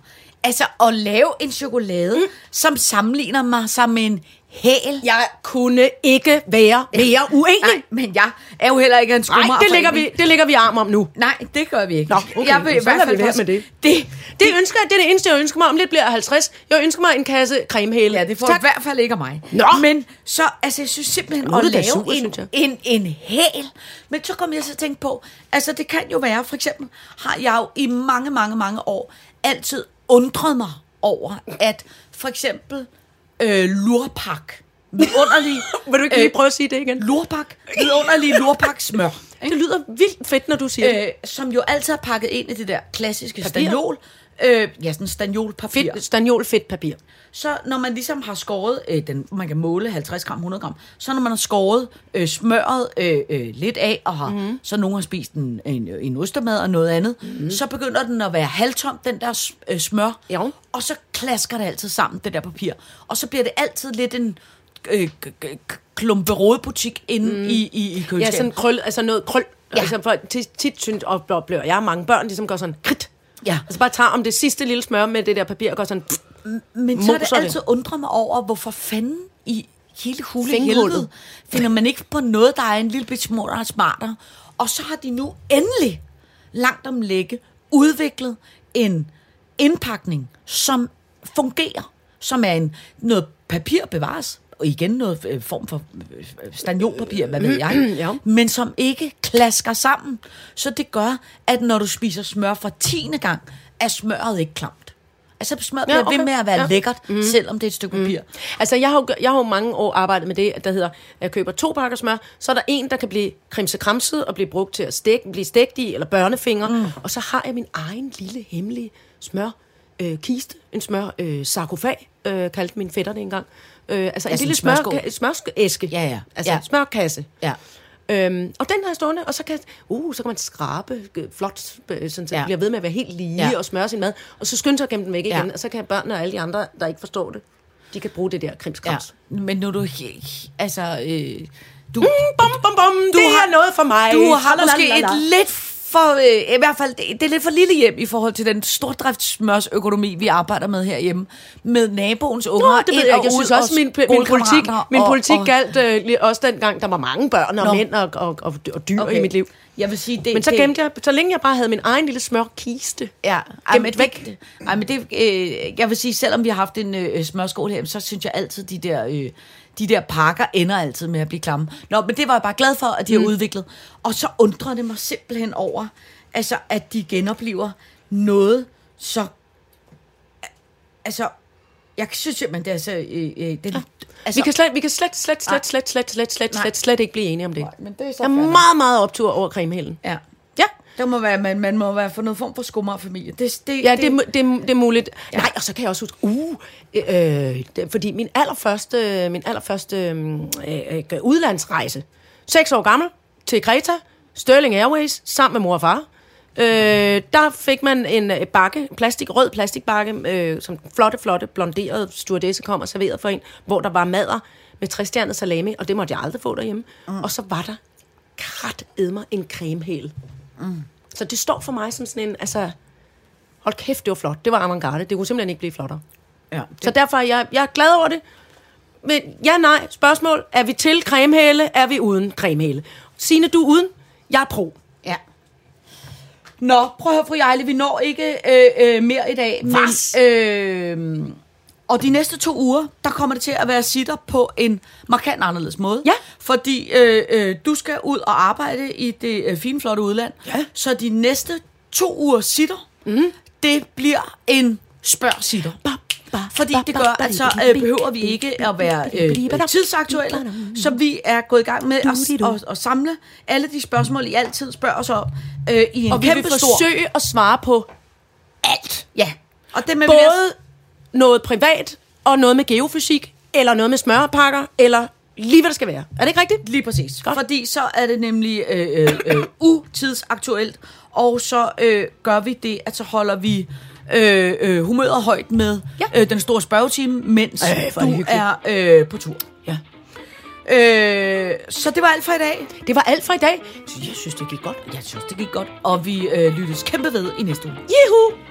Speaker 4: Altså, at lave en chokolade, mm. som sammenligner mig sig med en hæl.
Speaker 3: Jeg kunne ikke være mere uenig.
Speaker 4: Nej, men jeg er jo heller ikke en skummer.
Speaker 3: Nej, det lægger, vi, det lægger vi arm om nu.
Speaker 4: Nej, det gør vi ikke.
Speaker 3: Nå, okay,
Speaker 4: jeg vil i
Speaker 3: så
Speaker 4: hvert
Speaker 3: lader
Speaker 4: fald
Speaker 3: vi være
Speaker 4: passe-
Speaker 3: med det.
Speaker 4: det.
Speaker 3: Det, ønsker jeg, det er det eneste, jeg ønsker mig. Om lidt bliver jeg 50. Jeg ønsker mig en kasse cremehæle.
Speaker 4: Ja, det får i
Speaker 3: tak.
Speaker 4: hvert fald ikke af mig.
Speaker 3: Nå.
Speaker 4: Men så, altså, jeg synes simpelthen
Speaker 3: Nu er
Speaker 4: at
Speaker 3: du da
Speaker 4: lave
Speaker 3: sur,
Speaker 4: en,
Speaker 3: synes jeg.
Speaker 4: en, en hæl. Men så kom jeg til at tænke på, altså det kan jo være, for eksempel har jeg jo i mange, mange, mange år altid undret mig over, at for eksempel øh,
Speaker 3: [laughs]
Speaker 4: lurpak, vidunderlig... øh,
Speaker 3: Vil du ikke lige prøve at sige det igen?
Speaker 4: Lurpak, vidunderlig
Speaker 3: [laughs]
Speaker 4: lurpak smør.
Speaker 3: Det lyder vildt fedt, når du siger det.
Speaker 4: Øh, som jo altid er pakket ind i det der klassiske stagnol. Øh, ja, sådan stagnolpapir.
Speaker 3: Fedt, stagnol fedt papir.
Speaker 4: Så når man ligesom har skåret, øh, den, man kan måle 50 gram, 100 gram, så når man har skåret øh, smøret øh, øh, lidt af, og har,
Speaker 3: Mhm.
Speaker 4: mm. så nogen har spist en, en, en ostemad og noget andet, mm. så begynder den at være halvtom, den der s- øh, smør,
Speaker 3: Jo.
Speaker 4: og så klasker det altid sammen, det der papir. Og så bliver det altid lidt en øh, k- k- k- klumperodebutik inde mm. i, i, i
Speaker 3: Mhm. Ja,
Speaker 4: køleskabet.
Speaker 3: sådan krøl, altså noget krøl. Ja. Altså, for tit, tit synes, og oplever jeg mange børn, de som går sådan, krit.
Speaker 4: Ja.
Speaker 3: Altså bare tager om det sidste lille smør med det der papir, og går sådan, pff,
Speaker 4: Men så er det
Speaker 3: Moser det.
Speaker 4: altid undret mig over, hvorfor fanden i hele hule
Speaker 3: Fingerhullet.
Speaker 4: helvede finder man ikke på noget, der er en lille bit smartere og smartere. Og så har de nu endelig, langt om lægge, udviklet en indpakning, som fungerer, som er en, noget papir bevares, og igen noget øh, form for øh, stanjonpapir, hvad ved jeg,
Speaker 3: Ja.
Speaker 4: men som ikke klasker sammen. Så det gør, at når du spiser smør for tiende gang, er smøret ikke klamt. Altså smøret
Speaker 3: Ja,
Speaker 4: bliver ved
Speaker 3: okay.
Speaker 4: med at være
Speaker 3: Ja.
Speaker 4: ja. lækkert, mm. selvom det er et stykke papir. Mm.
Speaker 3: Altså, jeg har, jo, gø- jeg har jo mange år arbejdet med det, der hedder, at jeg køber to pakker smør, så er der en, der kan blive krimsekramset og blive brugt til at stække, blive stegt i, eller børnefinger, mm. og så har jeg min egen lille hemmelige smør, øh, kiste, en smør øh, sarkofag, øh, kaldte min fætter det engang. Øh, altså, en
Speaker 4: Altså en
Speaker 3: lille smør,
Speaker 4: smørskål.
Speaker 3: smørskæske.
Speaker 4: Ja, ja.
Speaker 3: Altså,
Speaker 4: Ja.
Speaker 3: smørkasse.
Speaker 4: Ja.
Speaker 3: Øhm, og den har jeg stående, og så kan, uh, så kan man skrabe øh, flot, øh, sådan, så ja. det
Speaker 4: Ja.
Speaker 3: bliver ved med at være helt lige ja.
Speaker 4: Ja.
Speaker 3: og smøre sin mad, og så skynde sig at gemme den væk
Speaker 4: Ja.
Speaker 3: igen, og så kan børnene og alle de andre, der ikke forstår det, de kan bruge det der krimskrams. Ja.
Speaker 4: Ja. Men når du ikke... Altså, øh, du,
Speaker 3: Bum, bum, bum, du det har, er noget for mig.
Speaker 4: du har måske
Speaker 3: Lalalala.
Speaker 4: et lidt for... Øh, I hvert fald, det, det er lidt for lille hjem i forhold til den stordriftsmørsøkonomi, vi arbejder med herhjemme. Med naboens unger.
Speaker 3: Nå, det ved
Speaker 4: ind
Speaker 3: jeg
Speaker 4: og
Speaker 3: ikke. Jeg
Speaker 4: ud,
Speaker 3: synes også,
Speaker 4: og
Speaker 3: min, min politik,
Speaker 4: skolekammerater
Speaker 3: min
Speaker 4: og-
Speaker 3: politik
Speaker 4: og-
Speaker 3: galt øh, lige også dengang, der var mange børn og
Speaker 4: Nå.
Speaker 3: mænd og, og, og, og dyr okay. i mit liv.
Speaker 4: Jeg vil sige, det,
Speaker 3: Men så
Speaker 4: det,
Speaker 3: gemte jeg, så længe jeg bare havde min egen lille smørkiste.
Speaker 4: Ja, ej,
Speaker 3: Gemt
Speaker 4: men
Speaker 3: væk.
Speaker 4: væk. Ej, men det, øh, jeg vil sige, selvom vi har haft en øh, smørskål her, så synes jeg altid, de der, øh, de der pakker ender altid med at blive klamme. Nå, men det var jeg bare glad for, at de
Speaker 3: Mm.
Speaker 4: har udviklet. Og så undrer det mig simpelthen over, altså, at de genoplever noget så... Altså, jeg synes simpelthen, det er så... Øh, øh, det,
Speaker 3: Vi
Speaker 4: altså,
Speaker 3: kan slet, vi kan slet, slet, slet, slet, slet, slet, slet,
Speaker 4: Nej.
Speaker 3: slet, slet ikke blive enige om det.
Speaker 4: men det er så
Speaker 3: Jeg er
Speaker 4: fair nok.
Speaker 3: meget, meget optur over cremehælden.
Speaker 4: Ja.
Speaker 3: Ja,
Speaker 4: Der må være, man, man må være for noget form for skummerfamilie. Det, det,
Speaker 3: ja det, det, det, det er muligt. Ja. Nej, og så kan jeg også huske, uh, øh, det, fordi min allerførste, min allerførste øh, øh, udlandsrejse, seks år gammel, til Kreta, Sterling Airways, sammen med mor og far. Øh, der fik man en øh, bakke, plastik, rød plastikbakke, øh, som den flotte, flotte, blonderede stewardesse kom og serverede for en, hvor der var madder med træstjernet salami, og det måtte jeg aldrig få derhjemme. Mm. Og så var der krat mig en cremehæl. Så det står for mig som sådan en, altså, hold kæft, det var flot. Det var avantgarde. Det kunne simpelthen ikke blive flottere.
Speaker 4: ja,
Speaker 3: Så derfor er jeg, jeg er glad over det. Men ja, nej, spørgsmål. Er vi til cremehæle? Er vi uden cremehæle? Signe, du er uden. Jeg er pro.
Speaker 4: Ja. Nå, prøv at høre, fru Ejle, vi når ikke øh, øh, mere i dag.
Speaker 3: Vas!
Speaker 4: Men, øh, og de næste to uger, der kommer det til at være sitter på en markant anderledes måde.
Speaker 3: Ja.
Speaker 4: Fordi øh, øh, du skal ud og arbejde i det øh, fine, flotte udland.
Speaker 3: Ja. Mhm.
Speaker 4: Så de næste to uger sitter, mm. det bliver en spørg sitter. Fordi det gør, at
Speaker 3: altså,
Speaker 4: så øh, behøver vi ikke at være øh, tidsaktuelle. Så vi er gået i gang med at, at, at samle alle de spørgsmål, I altid spørger os om øh, i en
Speaker 3: Og vi vil
Speaker 4: kæmpe stor...
Speaker 3: forsøge at svare på
Speaker 4: alt. Ja. Og det med
Speaker 3: både noget privat og noget med geofysik, eller noget med smørpakker, eller lige hvad det skal være. Er det ikke rigtigt?
Speaker 4: Lige præcis.
Speaker 3: Godt.
Speaker 4: Godt. Fordi så er det nemlig øh, øh, øh, utidsaktuelt, og så øh, gør vi det, at så holder vi øh, øh, humøret højt med
Speaker 3: Ja.
Speaker 4: ja. øh, den store spørgetime, mens
Speaker 3: Ej,
Speaker 4: øh,
Speaker 3: hvor er det
Speaker 4: du
Speaker 3: hyggeligt.
Speaker 4: er øh, på tur.
Speaker 3: Ja.
Speaker 4: Øh, så det var alt for i dag.
Speaker 3: Det var alt for i dag.
Speaker 4: Jeg synes, det gik godt. Jeg synes, det gik godt. Og vi øh, lyttes kæmpe ved i næste uge.
Speaker 3: Juhu!